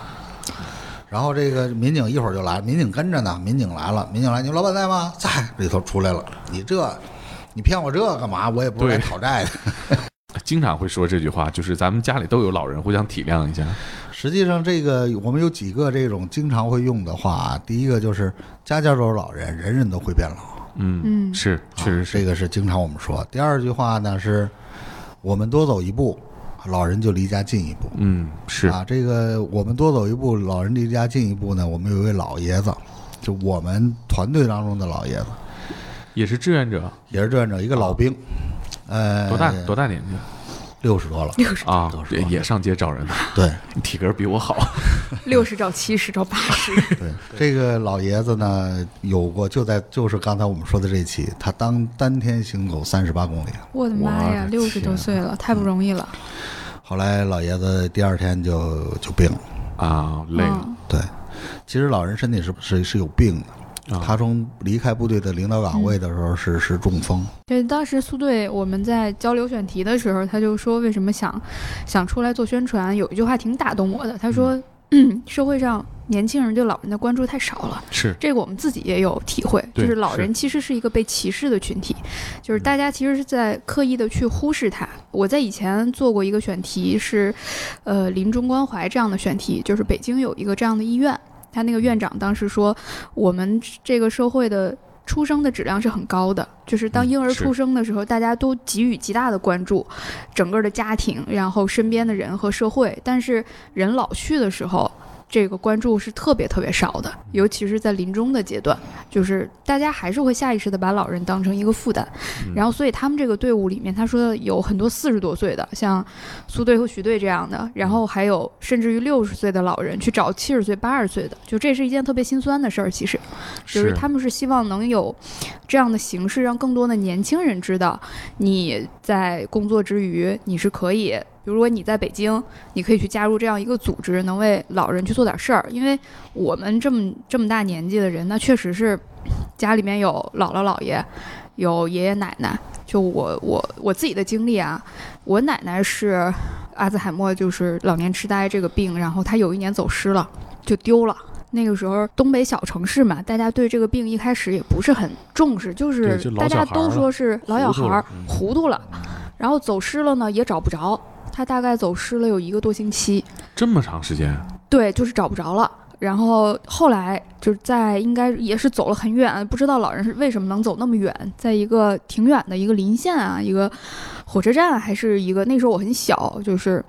B: 然后这个民警一会儿就来，民警跟着呢，民警来了，民警来，你们老板在吗？在，里头出来了，你这。你骗我这干嘛？我也不是来
A: 对
B: 讨债的。
A: 经常会说这句话，就是咱们家里都有老人，互相体谅一下。
B: 实际上，这个我们有几个这种经常会用的话啊。第一个就是家家都是老人，人人都会变老。
A: 嗯，
D: 嗯，
A: 是，确实
B: 这
A: 是。
B: 个是经常我们说。第二句话呢是，我们多走一步，老人就离家近一步。
A: 嗯，是，
B: 啊，这个我们多走一步，老人离家近一步呢。我们有一位老爷子，就我们团队当中的老爷子，
A: 也是志愿者，
B: 也是志愿者，一个老兵，呃，
A: 哦多大多大年纪了
B: 六十多了，
A: 啊
B: 多？少
A: 也也上街找人呢，
B: 对
A: 体格比我好，
D: 六十找七十找八十，
B: 对。这个老爷子呢，有过就在就是刚才我们说的这期，他当单天行走三十八公里，
D: 我的妈呀，
E: 啊
D: 六十多岁了，太不容易了。
B: 后来老爷子第二天就就病了。
A: 啊，累了，
D: 嗯
B: 对，其实老人身体是是是有病的，他从离开部队的领导岗位的时候是、是中风，
D: 对，当时苏队我们在交流选题的时候，他就说为什么想想出来做宣传，有一句话挺打动我的，他说， 嗯，社会上年轻人对老人的关注太少了。
A: 是
D: 这个我们自己也有体会，就
A: 对
D: 是嗯老人其实是一个被歧视的群体，就是大家其实是在刻意的去忽视他。我在以前做过一个选题是，呃，临终关怀这样的选题，就是北京有一个这样的医院，他那个院长当时说，我们这个社会的。出生的质量是很高的，就是当婴儿
A: 嗯是
D: 出生的时候，大家都给予极大的关注，整个的家庭，然后身边的人和社会。但是人老去的时候，这个关注是特别特别少的，尤其是在临终的阶段，就是大家还是会下意识的把老人当成一个负担。
A: 嗯
D: 然后，所以他们这个队伍里面，他说的有很多四十多岁的，像苏队和徐队这样的，然后还有甚至于六十岁的老人去找七十岁、八十岁的，就这是一件特别心酸的事儿。其实，就是他们是希望能有这样的形式，让更多的年轻人知道，你在工作之余你是可以，比如说你在北京，你可以去加入这样一个组织，能为老人去做点事儿。因为我们这么这么大年纪的人，那确实是家里面有姥姥姥爷，有爷爷奶奶。就我我我自己的经历啊，我奶奶是阿兹海默，就是老年痴呆这个病，然后她有一年走失了，就丢了。那个时候，东北小城市嘛，大家对这个病一开始也不是很重视，就
A: 对
D: 是
A: 就老
D: 大
A: 小
D: 家
A: 孩儿
D: 都
A: 了
D: 说是老小
A: 糊涂
D: 孩儿
A: 了嗯
D: 糊涂了，然后走失了呢也找不着，他大概走失了有一个多星期，
A: 这么长时间，
D: 对，就是找不着了。然后后来就是在应该也是走了很远，不知道老人是为什么能走那么远，在一个挺远的一个邻县啊，一个火车站还是一个那时候我很小，就是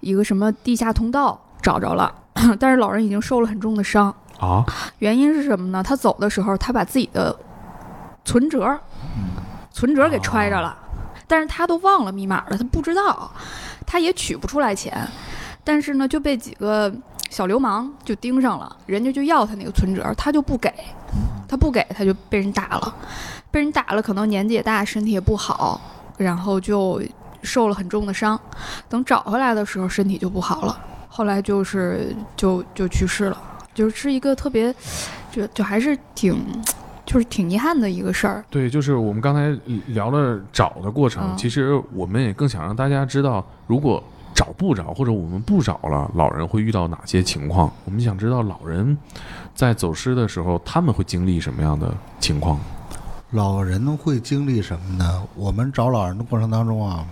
D: 一个什么地下通道找着了， 但是老人已经受了很重的伤，
A: 啊，
D: 原因是什么呢？他走的时候，他把自己的存折，存折给揣着了，但是他都忘了密码了，他不知道，他也取不出来钱，但是呢，就被几个小流氓就盯上了，人家就要他那个存折，他就不给，他不给，他就被人打了，被人打了，可能年纪也大，身体也不好，然后就受了很重的伤，等找回来的时候，身体就不好了。后来就是就就去世了，就是是一个特别，就就还是挺，就是挺遗憾的一个事儿。
A: 对，就是我们刚才聊了找的过程，
D: 嗯
A: 其实我们也更想让大家知道，如果找不着或者我们不找了，老人会遇到哪些情况？我们想知道老人在走失的时候，他们会经历什么样的情况？
B: 老人会经历什么呢？我们找老人的过程当中啊，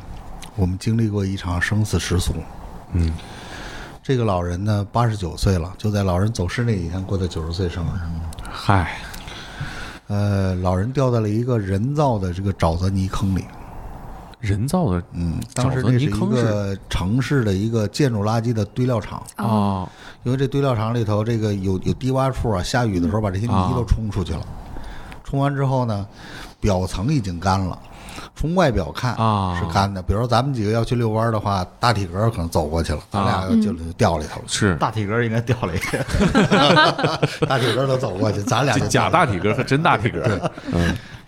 B: 我们经历过一场生死时速。
A: 嗯，
B: 这个老人呢，八十九岁了，就在老人走失那几天过的九十岁生日。
A: 嗨，
B: 呃，老人掉在了一个人造的这个沼泽泥坑里。
A: 人造的
B: 嗯，当时
A: 沼泽
B: 那
A: 泥
B: 是一
A: 坑是
B: 个城市的一个建筑垃圾的堆料场，
E: 哦
D: 哦
A: 啊，
B: 因为这堆料场里头这个有有低洼处啊，下雨的时候把这些
A: 啊
B: 泥都冲出去了。冲完之后呢，表层已经干了，从外表看
A: 啊
B: 是干的。比如说咱们几个要去遛弯儿的话，大体格儿可能走过去
A: 啊
B: 了，咱俩就就掉里头了。
A: 是
E: 大体格应该掉了一个，
B: 大体格儿都 走过去，咱俩就
A: 这嗯假
B: 掉
A: 大
B: 了
A: 体格和真大体格，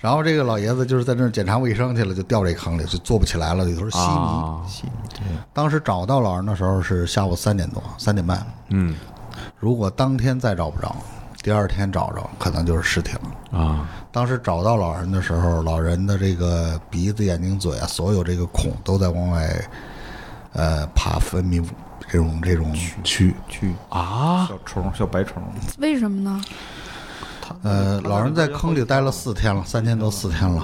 B: 然后这个老爷子就是在那儿检查卫生去了，就掉这坑里，就坐不起来了，里头是稀泥。
A: 啊，
B: 当时找到老人的时候是下午三点多，三点半。
A: 嗯
B: 如果当天再找不着，第二天找着可能就是尸体了。
A: 啊，
B: 当时找到老人的时候，老人的这个鼻子、眼睛、嘴啊，所有这个孔都在往外，呃，爬分泌物这种这种蛆。
E: 去
A: 啊，
E: 小虫小白虫，
D: 为什么呢？
B: 呃，老人在坑里待了四天了，三天多四天了。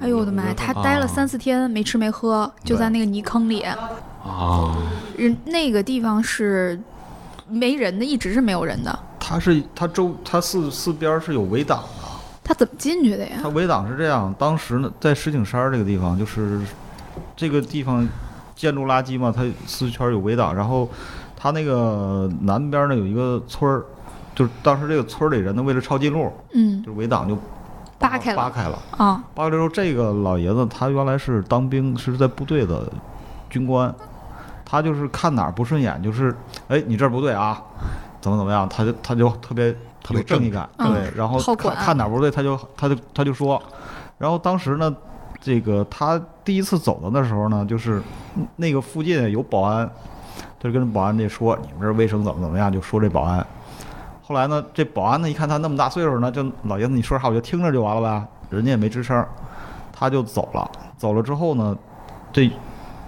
D: 哎呦我的妈！呀，他
E: 哦
D: 待了三四天没吃没喝，就在那个泥坑里。
A: 啊，
D: 人那个地方是没人的，一直是没有人的。
E: 它是它周它四四边儿是有围挡的。
D: 他怎么进去的呀
E: 它？围挡是这样，当时呢，在石景山儿这个地方，就是这个地方建筑垃圾嘛，它四圈有围挡，然后它那个南边呢有一个村儿，就是当时这个村儿里人呢为了抄近路，
D: 嗯
E: 就是围挡就
D: 扒开了
E: 哦扒开了。
D: 啊，
E: 八六六这个老爷子，他原来是当兵，是在部队的军官，他就是看哪儿不顺眼，就是哎，你这儿不对啊，怎么怎么样，他就他就特别
B: 特别
E: 有正义感，
D: 嗯
E: 对，然后
D: 好
E: 看
D: 管
E: 看哪儿不对，他就他就他就说，然后当时呢，这个他第一次走的那时候呢，就是那个附近有保安，他就跟保安这说你们这儿卫生怎么怎么样，就说这保安。后来呢，这保安呢一看他那么大岁数呢，就老爷子你说啥我就听着就完了呗，人家也没吱声儿，他就走了。走了之后呢，这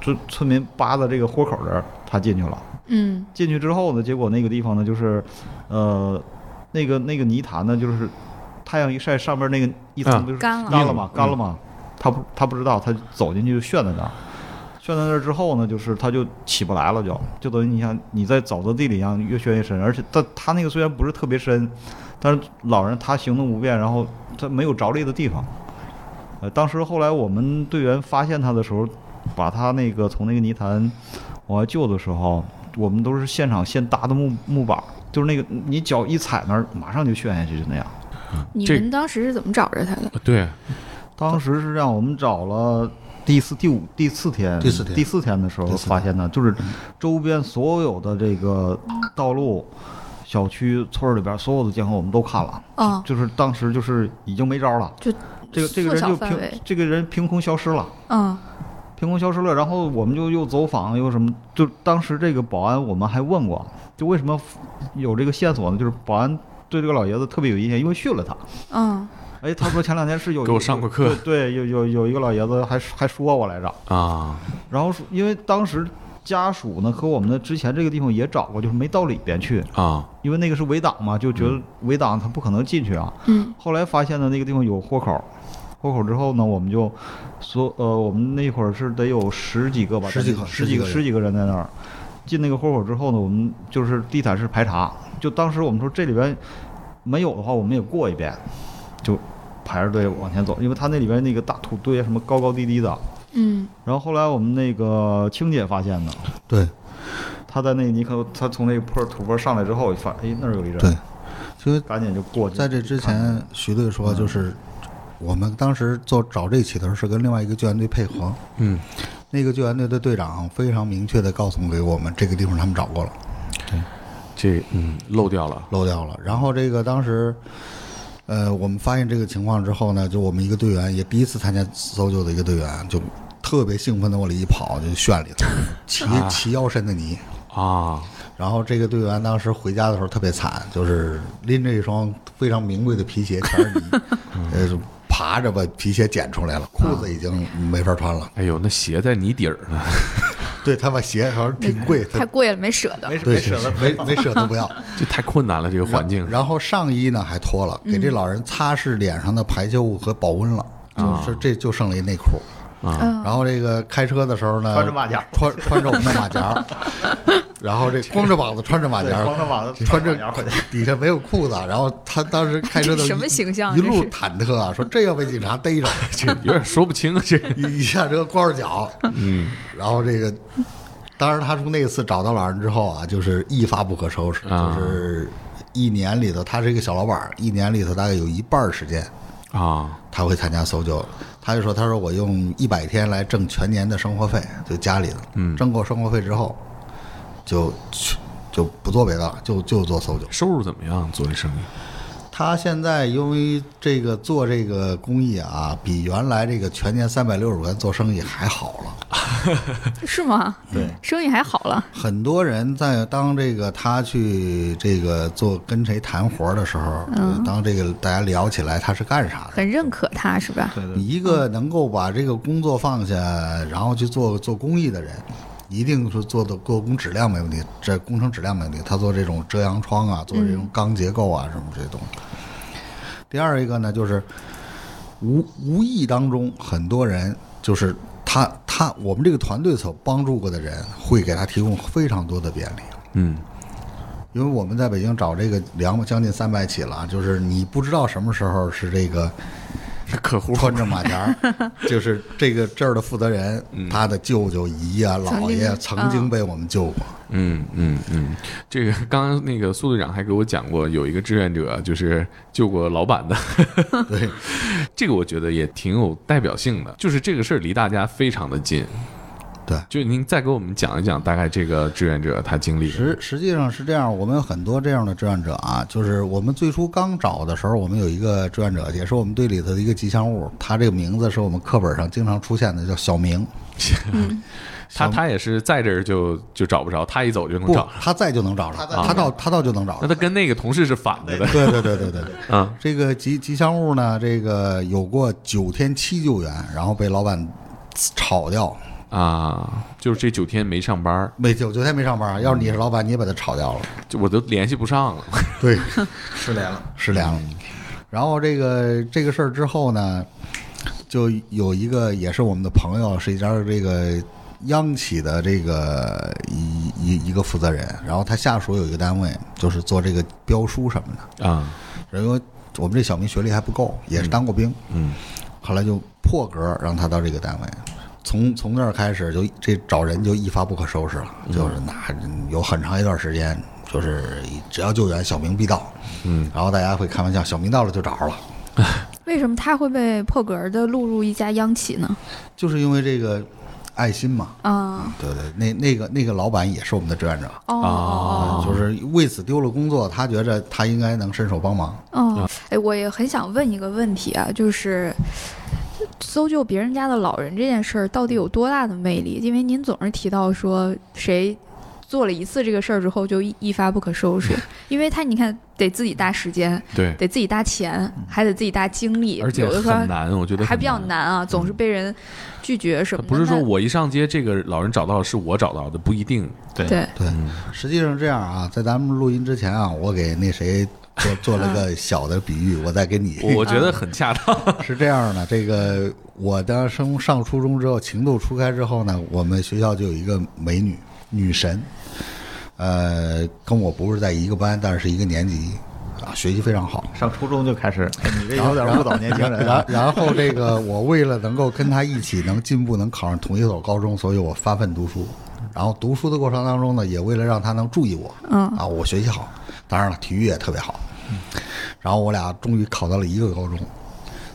E: 村村民扒的这个豁口这儿，他进去了。
D: 嗯
E: 进去之后呢，结果那个地方呢，就是，呃，那个那个泥潭呢，就是太阳一晒，上面那个一层
A: 啊
E: 不就是
F: 干了
E: 干了嘛，
A: 嗯
E: 干了嘛，他不他不知道，他就走进去就炫在那儿，炫在那儿之后呢，就是他就起不来了就，就等于你像你在沼泽地里一样越炫越深，而且他他那个虽然不是特别深，但是老人他行动不便，然后他没有着力的地方。呃，当时后来我们队员发现他的时候，把他那个从那个泥潭往外救的时候，我们都是现场现搭的木木板儿，就是那个你脚一踩那儿，马上就陷下去，就那样。
D: 你
A: 这
D: 们当时是怎么找着他的？
A: 对，
E: 当时是让我们找了第四、第五、第四天，
B: 第四天
E: 第四天的时候
B: 第四天
E: 发现的，就是周边所有的这个道路、小区、村儿里边儿所有的监控我们都看了，
D: 啊，
E: 就是当时就是已经没招儿了，
D: 就
E: 这个这个
D: 缩
E: 人
D: 小
E: 就
D: 范
E: 凭
D: 围
E: 这个人凭空消失了。
D: 嗯
E: 凭空消失了，然后我们就又走访又什么，就当时这个保安我们还问过，就为什么有这个线索呢？就是保安对这个老爷子特别有印象，因为训了他。
D: 嗯
E: 哎，他说前两天是有
A: 给我上过课
E: 有对，有有有一个老爷子还还说我来着，
A: 啊，
E: 然后说因为当时家属呢和我们的之前这个地方也找过，就是没到里边去，
A: 啊，
E: 因为那个是围挡嘛，就觉
A: 嗯
E: 得围挡他不可能进去啊。
D: 嗯
E: 后来发现呢，那个地方有豁口，豁口之后呢，我们就所呃，我们那会儿是得有十几个吧，
B: 十几个
E: 十几个
B: 十几个人
E: 十几个人在那儿。进那个豁口之后呢，我们就是地毯式排查，就当时我们说这里边没有的话，我们也过一遍，就排着队往前走，因为他那里边那个大土堆啊什么高高低低的。
D: 嗯
E: 然后后来我们那个青姐发现的，
B: 对
E: 她在那个泥坑，她从那个坡土坡上来之后，发现哎那儿有一人，
B: 对，因为
E: 赶紧就过去。
B: 在这之前，徐队说就是我们当时做找这起的时候是跟另外一个救援队配合，
A: 嗯，
B: 那个救援队的队长非常明确的告诉给我们这个地方他们找过了，
A: 这嗯漏掉了，
B: 漏掉了。然后这个当时。呃，我们发现这个情况之后呢，就我们一个队员也第一次参加搜救的一个队员，就特别兴奋的往里一跑，就炫里头，齐齐腰深的泥。
A: 啊，
B: 然后这个队员当时回家的时候特别惨，就是拎着一双非常名贵的皮鞋，全是泥，呃，就爬着把皮鞋捡出来了，裤子已经没法穿了。
A: 哎呦，那鞋在泥底儿呢，
B: 对他把鞋好像挺贵，
D: 太
B: 他
D: 贵了，没舍得。
E: 没事
B: 嗯对
E: 没事了，
B: 没没舍得不要。
A: 这太困难了，这个环境嗯
B: 然后上衣呢还脱了，给这老人擦拭脸上的排泄物和保温了，就是这就剩了一内裤。
A: 啊，
D: 嗯
B: 然后这个开车的时候呢，
E: 穿着马甲
B: 穿穿着我们的 马甲，然后这光着膀子穿着马
E: 对
B: 甲，
E: 光着膀子
B: 穿着
E: 马甲回去。
B: 底下没有裤子，然后他当时开车的时候
D: 这什么形象啊
B: 一路
D: 这是
B: 忐忑啊，说这要被警察 逮着，
A: 这有点说不清啊，这
B: 一一下车光着脚，嗯，然后这个，当然他从那次找到老人之后啊，就是一发不可收拾，
A: 啊
B: 就是一年里头，他是一个小老板儿，一年里头大概有一半儿时间
A: 啊，
B: 他会参加搜救，他就说他说我用一百天来挣全年的生活费，就家里的，嗯，挣够生活费之后，就去就不做别的了，就就做搜救。
A: 收入怎么样？做这生意
B: 他现在因为这个做这个公益啊，比原来这个全年三百六十五天做生意还好了。
D: 是吗？
E: 对，
D: 生意还好了。
B: 很多人在当这个他去这个做跟谁谈活儿的时候，当这个大家聊起来他是干啥的。
D: 很认可他是吧？
E: 对对，
B: 你一个能够把这个工作放下，然后去做做公益的人，一定是做的做工质量没问题，这工程质量没问题。他做这种遮阳窗啊，做这种钢结构啊，什么这些东西。第二一个呢，就是无无意当中，很多人就是他他我们这个团队所帮助过的人，会给他提供非常多的便利。
A: 嗯，
B: 因为我们在北京找这个两将近三百起了啊，就是你不知道什么时候是这个
A: 是客户
B: 穿着马甲 儿，就是这个这儿的负责人，他的舅舅、姨啊、姥爷曾经被我们救过。
A: 嗯嗯嗯，这个刚刚那个苏队长还给我讲过，有一个志愿者就是救过老板的，
B: 对，
A: 这个我觉得也挺有代表性的，就是这个事儿离大家非常的近。
B: 对
A: 就您再给我们讲一讲，大概这个志愿者他经历的。
B: 实实际上是这样，我们有很多这样的志愿者啊，就是我们最初刚找的时候，我们有一个志愿者，也是我们队里头的一个吉祥物，他这个名字是我们课本上经常出现的，叫小明。
A: 他他也是在这儿就就找不着，他一走就能
B: 不
A: 找。，
B: 他在就能找着，
A: 啊
B: 他到他到就能找
A: 那
B: 着。
A: 他跟那个同事是反着的，
B: 对对对 对对对。
A: 嗯，
B: 这个吉吉祥物呢，这个有过九天七救援，然后被老板炒掉，
A: 啊，就是这九天没上班儿，
B: 没九九天没上班。要是你是老板，你也把他炒掉了。
A: 就我都联系不上了。
B: 对，
C: 失联了，
B: 失联了。然后这个这个事儿之后呢，就有一个也是我们的朋友，是一家这个央企的这个一一一个负责人，然后他下属有一个单位，就是做这个标书什么的。
A: 啊，
B: 然后因为我们这小明学历还不够，也是当过兵，
A: 嗯，
B: 后来就破格让他到这个单位。从从那儿开始就这找人就一发不可收拾了，
A: 嗯
B: 就是那有很长一段时间，就是只要救援小明必到，嗯，然后大家会开玩笑，小明到了就找着了，
D: 为什么他会被破格的录入一家央企呢？
B: 就是因为这个爱心嘛，
D: 啊，
B: 对对，那那个那个老板也是我们的志愿者，
D: 哦
A: 啊
D: 哦
B: 就是为此丢了工作，他觉着他应该能伸手帮忙，
D: 哦，
A: 嗯
D: 哦，哎，我也很想问一个问题啊，就是搜救别人家的老人这件事儿到底有多大的魅力？因为您总是提到说谁。做了一次这个事儿之后，就一一发不可 收拾，因为他你看得自己搭时间，
A: 对，
D: 得自己搭钱，还得自己搭精力，
A: 嗯而且
D: 有的时候
A: 很难，我觉得
D: 还
A: 很
D: 比较。难啊，总是被人拒绝什么的。
A: 不是说
D: 那
A: 我一上街，这个老人找到了是我找到的，不一定。
D: 对
B: 对，实际上是这样啊，在咱们录音之前啊，我给那谁做做了个小的比喻，我再给你，
A: 我我觉得很恰当。
B: 是这样的，这个我当时升上初中之后，情窦初开之后呢，我们学校就有一个美女女神，呃，跟我不是在一个班，但是是一个年级，啊，学习非常好。
E: 上初中就 开始，你这有点误导年轻人
B: 然
E: 啊。
B: 然后这个，我为了能够跟她一起能进步，能考上同一所高中，所以我发奋读书。然后读书的过程当中呢，也为了让她能注意我，
D: 嗯
B: 啊，我学习好，当然了，体育也特别好。
E: 嗯
B: 然后我俩终于考到了一个高中，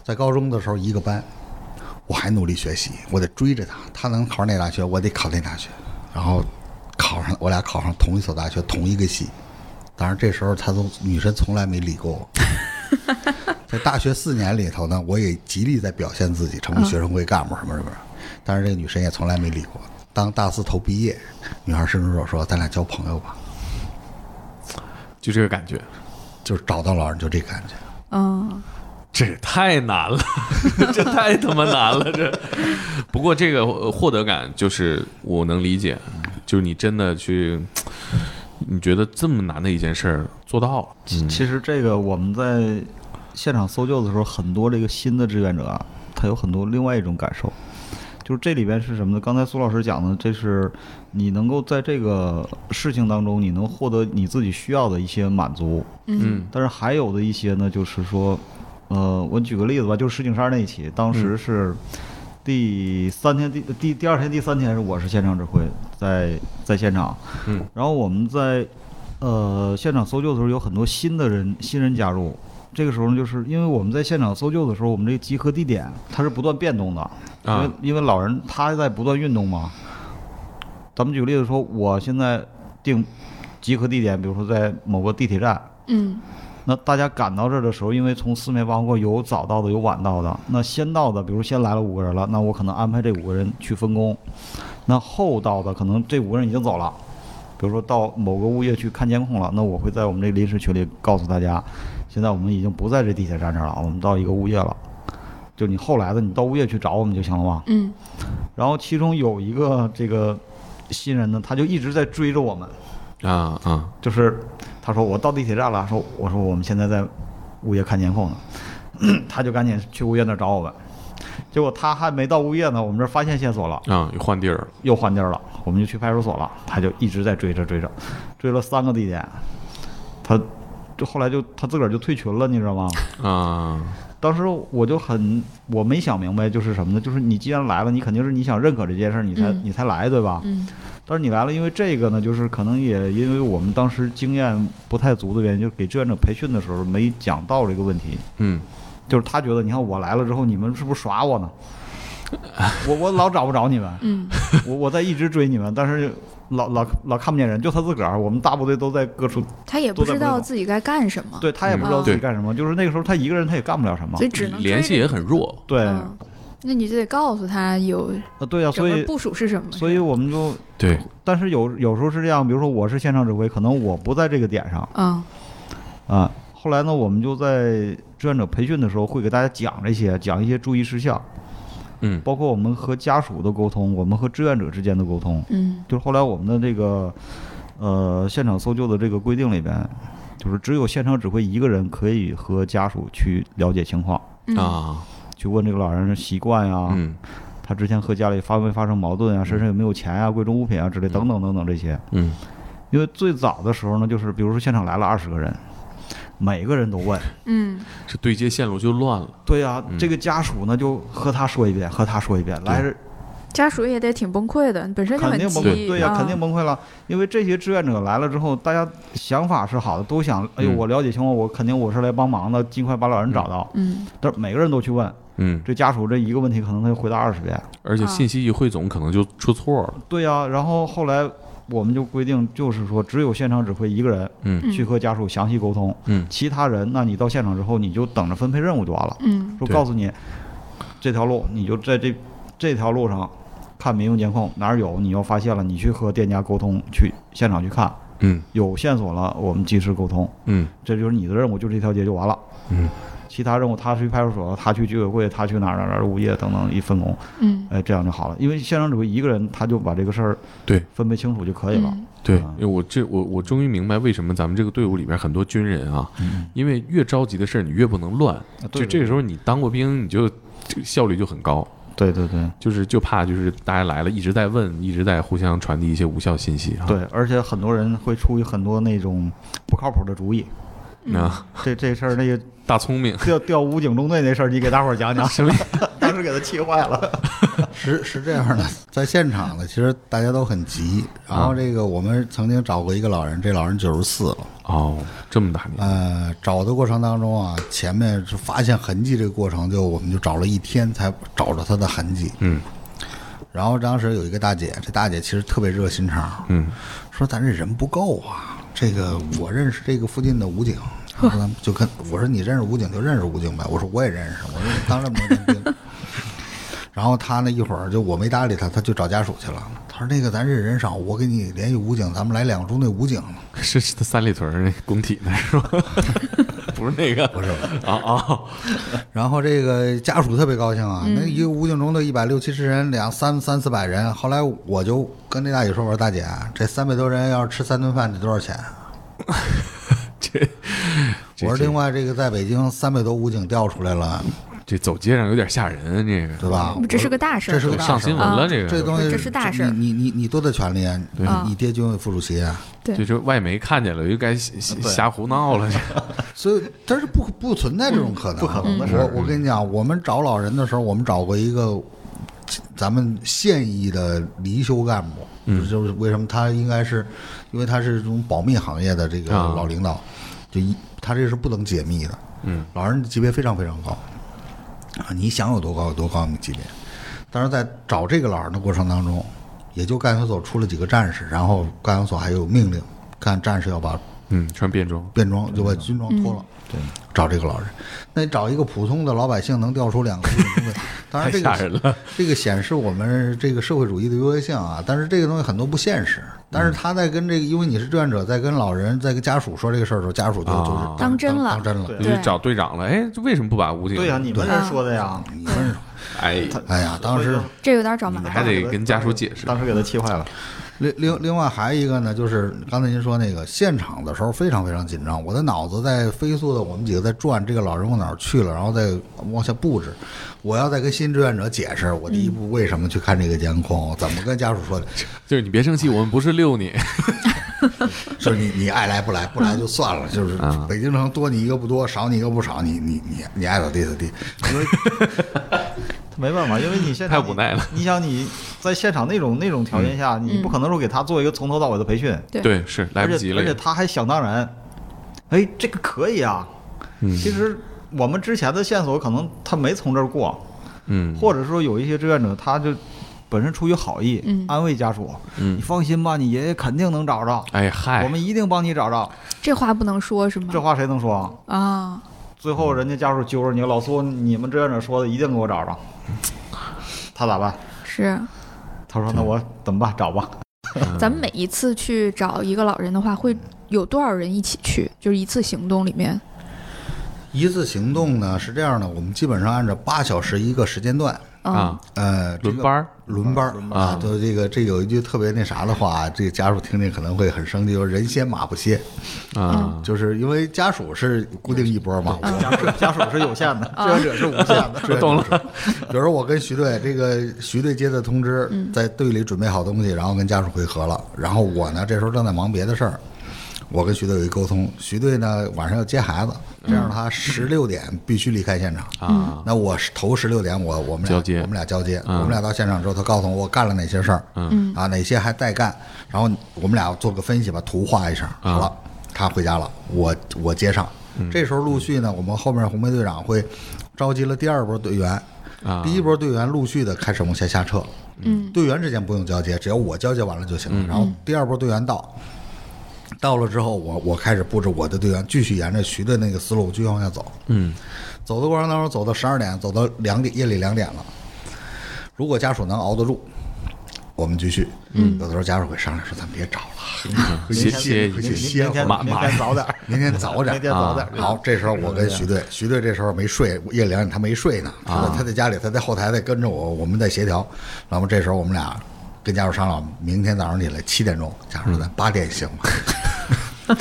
B: 在高中的时候一个班，我还努力学习，我得追着她，她能考上哪大学，我得考那大学。然后考上，我俩考上同一所大学，同一个系。当然，这时候她从女生从来没理过我。在大学四年里头呢，我也极力在表现自己，成为学生会干部什么什么的。但是这个女生也从来没理过。当大四头毕业，女孩伸出手说：“咱俩交朋友吧。
A: 就这个感觉，”
B: 就是找到老人就这感觉。
D: 嗯，
A: 这也太难了， 这太他妈难了。这不过这个呃获得感就是我能理解，就是你真的去，你觉得这么难的一件事儿做到了，
E: 其其实这个我们在现场搜救的时候，很多这个新的志愿者啊，他有很多另外一种感受，就是这里边是什么呢？刚才苏老师讲的，这是你能够在这个事情当中，你能获得你自己需要的一些满足。
A: 嗯
E: 但是还有的一些呢，就是说，呃，我举个例子吧，就是石景山那一起，当
A: 嗯
E: 时是第三天、第第第二天、第三天是我是现场指挥，在在现场，
A: 嗯，
E: 然后我们在呃现场搜救的时候，有很多新的人新人加入。这个时候呢，就是因为我们在现场搜救的时候，我们这个集合地点它是不断变动的，因为
A: 啊
E: 因为老人他在不断运动嘛。咱们举个例子说，我现在定集合地点，比如说在某个地铁站，
D: 嗯，
E: 那大家赶到这儿的时候，因为从四面八方过有早到的，有晚到的。那先到的，比如先来了五个人了，那我可能安排这五个人去分工。那后到的，可能这五个人已经走了，比如说到某个物业去看监控了，那我会在我们这个临时群里告诉大家，现在我们已经不在这地铁站这儿了，我们到一个物业了。就你后来的，你到物业去找我们就行了嘛。
D: 嗯。
E: 然后其中有一个这个新人呢，他就一直在追着我们。
A: 啊啊！
E: 就是他说我到地铁站了，说我说我们现在在物业看监控呢， 他就赶紧去物业那儿找我们。结果他还没到物业呢，我们这儿发现线索了，
A: 啊，又换地儿了，
E: 又换地儿了，我们就去派出所了。他就一直在追着追着，追了三个地点，他就后来就他自个儿就退群了，你知道吗？
A: 啊，
E: 当时我就很我没想明白，就是什么呢？就是你既然来了，你肯定是你想认可这件事儿，你才、
D: 嗯
E: 你才来，对吧？
D: 嗯
E: 但是你来了，因为这个呢，就是可能也因为我们当时经验不太足的原因，就是给志愿者培训的时候没讲到这个问题。
A: 嗯，
E: 就是他觉得，你看我来了之后，你们是不是耍我呢？ 我我老找不着你们，
D: 嗯
E: 我我在一直追你们，但是老老老看不见人，就他自个儿。我们大部队都在各处，
D: 他也不知道自己该干什么，
E: 对他也不知道
D: 嗯
E: 自己干什么。就是那个时候他一个人他也干不了什么
D: 所。以只能
A: 联系
D: 追着
A: 也很弱。
E: 对，
D: 嗯，那你就得告诉他有
E: 呃对啊，
D: 整
E: 所
D: 个
E: 以
D: 部署是什么。
E: 所以我们就，
A: 对，
E: 但是有有时候是这样，比如说我是现场指挥，可能我不在这个点上。
D: 嗯
E: 啊，后来呢，我们就在志愿者培训的时候会给大家讲这些，讲一些注意事项，
A: 嗯
E: 包括我们和家属的沟通，我们和志愿者之间的沟通。
D: 嗯
E: 就是后来我们的这个呃现场搜救的这个规定里边，就是只有现场指挥一个人可以和家属去了解情况，
D: 嗯，
A: 啊，
E: 去问这个老人的习惯呀、
A: 嗯
E: 他之前和家里发没发生矛盾啊，身上有没有钱呀、贵重物品啊之类等等等等这些。
A: 嗯，
E: 因为最早的时候呢，就是比如说现场来了二十个人，每个人都问。
D: 嗯
A: 这对接线路就乱了。
E: 对呀、
A: 嗯
E: 这个家属呢就和他说一遍，和他说一遍，来
D: 家属也得挺崩溃的，本身就
E: 肯
D: 很
E: 定崩
D: 急，
E: 溃，对呀、
D: 啊
E: 肯定崩溃了。因为这些志愿者来了之后，大家想法是好的，都想，哎呦，
A: 嗯
E: 我了解情况，我肯定我是来帮忙的，尽快把老人找到。
D: 嗯
E: 但是每个人都去问
A: 嗯，
E: 这家属这一个问题，可能他就回答二十遍。
A: 而
D: 啊
A: 且信息一汇总，可能就出错了。
E: 对呀、然后后来我们就规定，就是说只有现场指挥一个人
A: 嗯
E: 去和家属详细沟通，
A: 嗯
E: 其他人，那你到现场之后，你就等着分配任务就完了。
D: 嗯
E: 说
A: 对
E: 告诉你这条路，你就在这这条路上看民用监控哪儿有，你要发现了，你去和店家沟通，去现场去看，
A: 嗯
E: 有线索了，我们及时沟通，
A: 嗯
E: 这就是你的任务，就这条街就完了。
A: 嗯，
E: 其他任务他去派出所，他去居委会，他去哪儿哪儿哪儿物业等等一分工，
D: 嗯
E: 哎，这样就好了。因为现场指挥一个人，他就把这个事儿
A: 对
E: 分配清楚就可以了。
D: 嗯
A: 对，
E: 啊
A: 因为我这我我终于明白为什么咱们这个队伍里边很多军人啊，因为越着急的事儿你越不能乱。
E: 啊对
A: 就这个时候你当过兵，你就就效率就很高。
E: 对对对
A: 就是就怕就是大家来了一直在问，一直在互相传递一些无效信息啊。
E: 对，而且很多人会出于很多那种不靠谱的主意。
A: 啊，
E: 这这事儿那个
A: 大聪明，
E: 调调武警中队那事儿，你给大伙儿讲讲。什么？ 当时给他气坏了。
B: 是是这样的，在现场呢，其实大家都很急。然后这个我们曾经找过一个老人，这老人九十四了。
A: 哦，这么大年纪，
B: 呃，找的过程当中啊，前面是发现痕迹这个过程，就我们就找了一天才找着他的痕迹。
A: 嗯
B: 然后当时有一个大姐，这大姐其实特别热心肠，
A: 嗯
B: 说咱这人不够啊。这个我认识这个附近的武警，我说咱们就跟我说你认识武警就认识武警呗，我说我也认识，我说你当这么多年兵。 然后他那一会儿就我没搭理他，他就找家属去了。他说那个咱这人少，我给你联系武警，咱们来两个中队武警。
A: 是是他三里屯儿那工体那 是吧？不是那个，不是啊啊，
B: 然后这个家属特别高兴啊，
F: 嗯
B: 那一个武警中队一百六七十人，两三三四百人。后来我就跟这大姐说：“我说大姐，啊这三百多人要是吃三顿饭得多少钱？”
A: 这
B: 我说：“
A: 这
B: 另外这个在北京三百多武警调出来了，
A: 这走街上有点吓人，啊这个
B: 对吧？
E: 哦
D: 这是个大事儿
B: 这是个大
A: 上
B: 事
A: 新
B: 儿
A: 闻了，
D: 啊
A: 这个
B: 这东西
F: 这是大事儿
B: 你你你你多大权利啊？你你爹军委副主席啊，
D: 对
A: 就是外媒看见了，又该瞎瞎瞎胡闹 了。这
B: 所以这是不不存在这种可能，嗯不可能的事。我我跟你讲，我们找老人的时候，我们找过一个咱们县一的离休干部，就是为什么他应该是，因为他是这种保密行业的这个
A: 啊
B: 老领导，就一他这是不能解密的，
A: 嗯，
B: 老人的级别非常非常高，啊，你想有多高有多高你级别，但是在找这个老人的过程当中，也就干研所出了几个战士，然后干研所还有命令，看战士要把
A: 嗯，穿便装，
B: 便装就把军装脱了，
D: 嗯
B: 对，找这个老人。那你找一个普通的老百姓能调出两个武警中 队，当然
A: 太
B: 这
A: 吓人
B: 个
A: 了。
B: 这个显示我们这个社会主义的优越性啊，但是这个东西很多不现实。但是他在跟这个，因为你是志愿者，在跟老人在跟家属说这个事儿的时候，家属就
A: 啊
B: 就是
D: 当真了
B: 当真了。
A: 就去找队长了，哎，这为什么不把武警？
E: 对呀、啊你们人说的呀。
A: 嗯
B: 你们是
A: 哎，
B: 哎呀，当时
D: 这有点找
E: 嗯
D: 麻
A: 你
D: 烦。
A: 还得跟家属解释。
E: 当时给他气坏了。
B: 另另另外还有一个呢，就是刚才您说那个现场的时候非常非常紧张，我的脑子在飞速的我们几个在转，这个老人往哪儿去了，然后再往下布置。我要再跟新志愿者解释，我第一步为什么去看这个监控，怎么跟家属说的，
A: 就是你别生气，我们不是遛你，
B: 就是你你爱来不来，不来就算了。就是
A: 啊
B: 北京城多你一个不多，少你一个不少，你你你你爱咋地咋地。因为
E: 他没办法，因为 你现场
A: 太无奈了
E: 你。你想你在现场那种那种条件下，你不可能说给他做一个从头到尾的培训，
D: 对
A: 对，是嗯来不及了
E: 而且，而
A: 也
E: 且他还想当然，哎，这个可以啊。
A: 嗯
E: 其实我们之前的线索可能他没从这儿过，
A: 嗯，
E: 或者说有一些志愿者他就本身出于好意，
D: 嗯
E: 安慰家属，
A: 嗯
E: 你放心吧，你爷爷肯定能找着，
A: 哎嗨，
E: 我们一定帮你找着。
D: 这话不能说是吗？
E: 这话谁能说啊？
D: 啊，
E: 最后人家家属揪着你，老苏，你们志愿者说的一定给我找着，他咋办？
D: 是。
E: 嗯他说那我怎么办？找吧。
D: 咱们每一次去找一个老人的话，会有多少人一起去？就是一次行动里面，
B: 一次行动呢是这样的，我们基本上按照八小时一个时间段，
D: 嗯、
A: 啊，
B: 呃，这个
A: 轮班儿，
B: 轮班
E: 轮
B: 儿啊，就这个这有一句特别那啥的话，这个家属听见可能会很生气，就是人歇马不歇，
E: 嗯
A: 啊，
B: 就是因为家属是固定一波嘛，我
E: 家属 家属是有限的， 志愿者是无限的。
B: 嗯我懂了。比如说我跟徐队，这个徐队接的通知，在队里准备好东西，然后跟家属回合了。然后我呢，这时候正在忙别的事儿，我跟徐队有一沟通。徐队呢，晚上要接孩子，这样他十六点必须离开现场。
A: 啊，
B: 那我是头十六点，我我们俩
A: 交接
B: 我们俩交接，
A: 嗯
B: 我们俩到现场之后，他告诉我我干了哪些事儿，嗯啊，哪些还待干，然后我们俩做个分析吧，图画一下，好了，
A: 嗯
B: 他回家了，我我接上。这时候陆续呢，我们后面红卫队长会召集了第二波队员，
A: 啊
B: 第一波队员陆续的开始往下下撤，嗯，队员之间不用交接，只要我交接完了就行
A: 嗯
B: 了。然后第二波队员到，到了之后，我我开始布置我的队员，继续沿着徐的那个思路继续往下走。
A: 嗯，
B: 走的过程当中，走到十二点，走到两点，夜里两点了。如果家属能熬得住，我们继续。嗯，有的时候家属会商量说：“咱别找了，
E: 嗯
A: 歇歇一
B: 回
A: 歇
B: 去歇会
E: 天
B: 儿吧，
E: 明天早 点儿，
B: 明天早点。”啊
E: 明天早点嗯儿。
B: 好，这时候我跟徐队，徐队这时候没睡，夜里两点他没睡呢，他在他在家里，他在后台在跟着我，我们在协调。然后这时候我们俩跟家属商量，明天早上起来七点钟，家属说咱八点 行吗？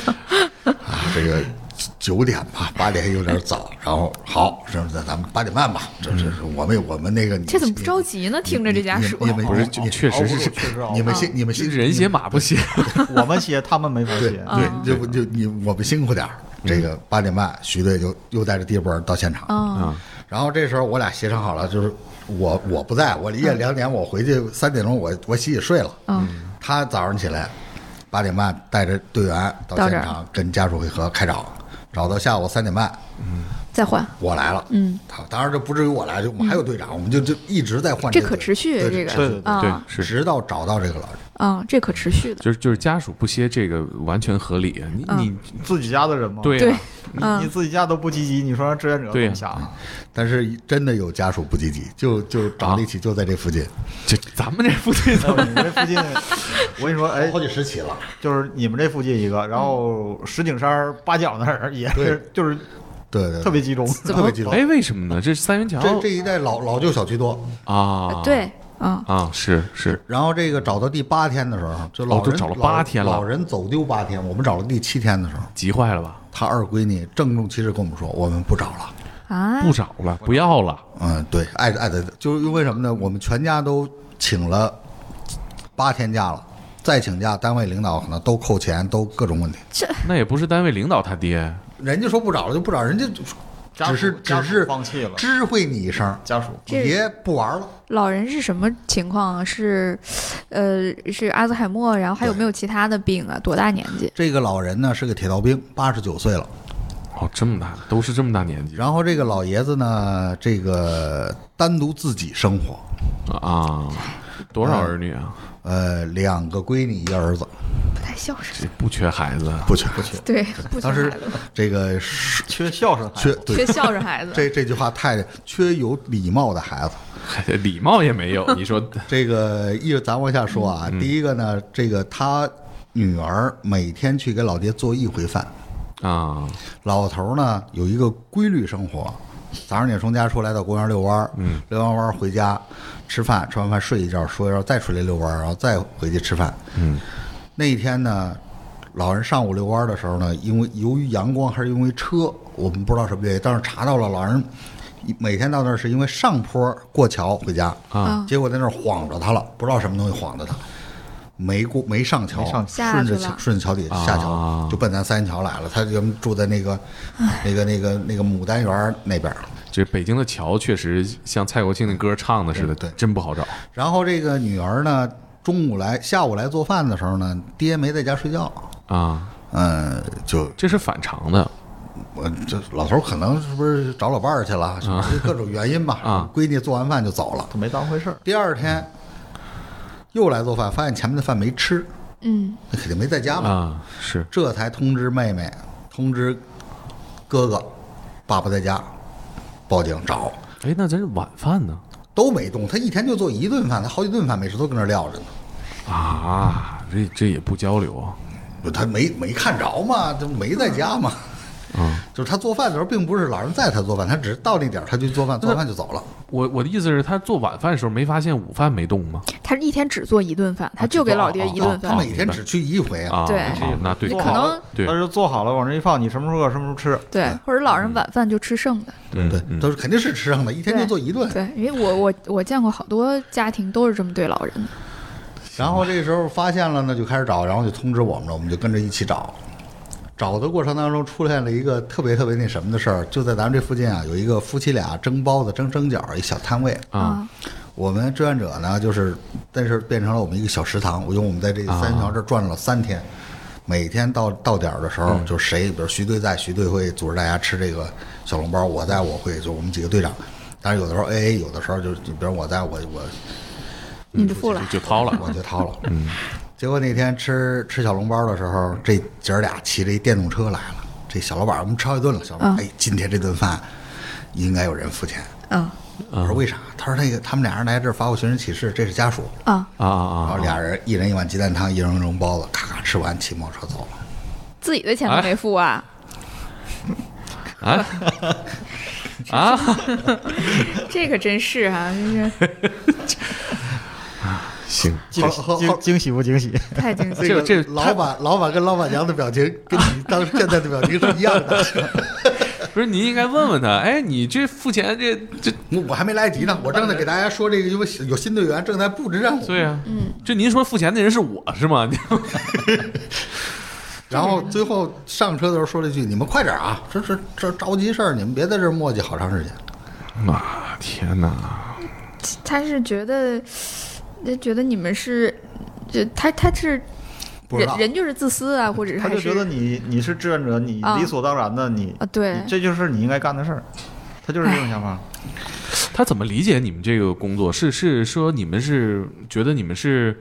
B: 啊，这个九点吧，八点有点早。然后好，这那咱们八点半吧，
E: 嗯
B: 这这是我们我们那个你
F: 这怎么不着急呢？听着这家属，啊
B: 你们
A: 不是，确实是
E: 哦确 实啊熬
B: 你们辛你们
A: 这
B: 辛
A: 人歇马不歇，
E: 我们歇，他们没法
B: 对
E: 歇。
D: 啊
B: 对，就就你我们辛苦点儿。
D: 嗯
B: 这个八点半，徐队就又带着第一波人到现场。
D: 嗯
A: 啊，
B: 然后这时候我俩协商好了，就是我我不在，我
D: 嗯
B: 夜里两点我回去三点钟我我洗洗睡了。嗯，他早上起来八点半带着队员到
D: 到这
B: 现
D: 儿
B: 场跟家属会合开找，找到下午三点半
D: 再换，
B: 我来了。嗯，好，当然这不至于我来，就我们还有队长，我们就就一直在换
D: 嗯这
B: 个
D: 可
B: 队
D: 持续
B: 对
D: 这个
E: 对对对
A: 对
D: 啊，
A: 是
B: 直到找到这个老人。
D: 啊，这可持续的，
A: 就是就是家属不歇，这个完全合理啊。
D: 嗯
A: 你你
E: 嗯自己家的人嘛，
A: 对
D: 对
A: 啊，
E: 你你自己家都不积极，你说让志愿者
A: 对
E: 怎么想啊？
B: 但是真的有家属不积极，就就找力气就在这附近，
A: 这咱们这部队
E: 哎
A: 怎
E: 呦
A: 么
E: 你们 这附近，我跟你说，哎，
B: 好几十起了。
E: 就是你们这附近一个，然后石景山八角那儿也是，就是
B: 对对，对
E: 特别集中。
B: 特别激动。
A: 哎，为什么呢？这是三元桥
B: 这这一带老老旧小区多，
A: 啊，
D: 对啊，
A: 啊，是是，
B: 然后这个找到第八天的时候，就
A: 哦
B: 老
A: 都
B: 人
A: 找了八天了
B: 老人走丢八天，我们找了第七天的时候，
A: 急坏了吧？
B: 他二闺女郑重其事跟我们说，我们不找了。
D: 啊，
A: 不找了，不要了，
B: 嗯，对，爱爱的，就是因为什么呢？我们全家都请了八天假了，再请假，单位领导可能都扣钱，都各种问题。
A: 那也不是单位领导他爹，
B: 人家说不找了就不找，人家
E: 家属
B: 只是
E: 家
B: 只
E: 属
B: 是
E: 放弃了，
B: 知会你一声，
E: 家属
D: 这
B: 爷不玩了。
D: 老人是什么情况啊？是，呃，是阿兹海默，然后还有没有其他的病啊？多大年纪？
B: 这个老人呢是个铁道兵，八十九岁了。
A: 哦，这么大都是这么大年纪
B: 然后这个老爷子呢，这个单独自己生活，
A: 啊，多少儿女啊？
B: 呃，两个闺女一儿子，
D: 不太孝顺，
A: 这不缺孩子，
B: 不缺不缺。
D: 对，不缺
B: 当时
D: 孩子，
B: 这个是
E: 缺孝顺孩
B: 缺
E: 子，
B: 对
F: 缺孝顺孩子。
B: 这这句话太缺有礼貌的孩子。
A: 还礼貌也没有。你 说
B: 这个一咱往下说啊，第一个呢，这个他女儿每天去给老爹做一回饭，
A: 啊，
B: 老头儿呢有一个规律生活，早上也从家出来到公园遛弯儿，嗯，遛完弯儿回家吃饭，吃完饭睡一觉，睡一觉再出来遛弯儿，然后再回去吃饭。
A: 嗯，
B: 那一天呢，老人上午遛弯儿的时候呢，因为由于阳光还是因为车，我们不知道什么原因，但是查到了老人每天到那儿是因为上坡过桥回家
A: 啊，
B: 结果在那儿晃着他了，不知道什么东西晃着他。没过没上桥，
E: 没上
D: 下
B: 顺
D: 去
B: 着
D: 了
B: 桥顺着桥底下桥、
A: 啊
B: 就奔咱三元桥来了。他就住在那个那个那个那个牡丹园那边儿。
A: 这北京的桥确实像蔡国庆的歌唱的似的，
B: 对对
A: 真不好找。
B: 然后这个女儿呢，中午来下午来做饭的时候呢，爹没在家睡觉，
A: 啊，
B: 嗯，就
A: 这是反常的。
B: 我这老头儿可能是不是找老伴儿去了，什么各种原因吧。
A: 啊
B: 闺女做完饭就走了。
E: 他没当回事儿。
B: 第二天又来做饭，发现前面的饭没吃，
D: 嗯，
B: 那肯定没在家嘛。
A: 啊，是
B: 这才通知妹妹，通知哥哥，爸爸在家，报警找，
A: 哎，那咱是晚饭呢？
B: 都没动。他一天就做一顿饭，他好几顿饭没吃，都跟那儿撂着呢。
A: 啊，这这也不交流啊。
B: 他没没看着嘛，就没在家嘛。
A: 啊，
B: 就是他做饭的时候，并不是老人在他做饭，他只是到那点儿他就做饭，做完饭就走了。
A: 我我的意思是，他做晚饭的时候没发现午饭没动吗？
D: 他一天只做一顿饭，他就给老爹一
B: 哦
D: 顿
B: 他
D: 饭。
B: 每天只去一回啊。
A: 啊，
D: 对
A: 啊那对，
D: 你可能
A: 对
E: 他是做好了往这一放，你什么时候饿什么时候吃。
D: 对，
B: 嗯
D: 或者老人晚饭就吃剩 的。
A: 对
B: 对，
A: 嗯
B: 都是肯定是吃上的，一天就做一顿。
D: 对，因为我我我见过好多家庭都是这么对老人的。
B: 然后这时候发现了呢，就开始找，然后就通知我们了，我们就跟着一起找。找的过程当中出现了一个特别特别那什么的事儿，就在咱们这附近啊，有一个夫妻俩蒸包子、蒸蒸饺儿一小摊位。
A: 啊，
B: 我们志愿者呢，就是但是变成了我们一个小食堂。我因为我们在这三元桥这儿转了三天，每天到到点儿的时候，就谁，比如徐队在，徐队会组织大家吃这个小笼包；我在，我会，就我们几个队长。但是有的时候 A A，有的时候就就比如我在我我
D: 你
B: 嗯
D: 就付了，
A: 就掏了。
B: 我就掏了。嗯，结果那天吃吃小笼包的时候，这姐儿俩骑着一电动车来了。这小老板，我们吃好几顿了。小老板，哎，今天这顿饭应该有人付钱。
F: 嗯，
D: 啊
B: 我说为啥？他说那个他们俩人来这儿发过寻人启事，这是家属。
A: 啊啊
B: 然后
A: 啊！
B: 俩人一人一碗鸡蛋汤，一人一笼包子，咔咔吃完，骑摩托车走了。
D: 自己的钱
B: 哎
D: 都没付啊。
A: 啊
F: 啊
A: 哎
F: 这可真是啊，真是
A: 行，
E: 惊
B: 好好好
E: 惊惊喜不惊喜？
F: 太惊喜了。
A: 这个这
B: 个老板老板跟老板娘的表情跟你当时现在的表情是一样的。
A: 不是您应该问问他，哎，你这付钱这这
B: 我我还没来得及呢，我正在给大家说这个，因为有新队员正在布置任务。
A: 对啊，嗯，这您说付钱的人是我是吗？
B: 然后最后上车的时候说了一句：“你们快点啊，这这这着急事儿，你们别在这儿磨叽好长时间。
A: 妈天哪！
F: 他是觉得，他觉得你们是，就他他是”
B: 不知
F: 人
B: 道，
F: 人就是自私啊，或者是
E: 他
F: 还
E: 就觉得
F: 是
E: 你你是志愿者，你
D: 嗯
F: 啊
E: 理所当然的，你
F: 啊，对
E: 你，这就是你应该干的事儿。他就是这种想法。
A: 他怎么理解你们这个工作？是是说你们是觉得你们是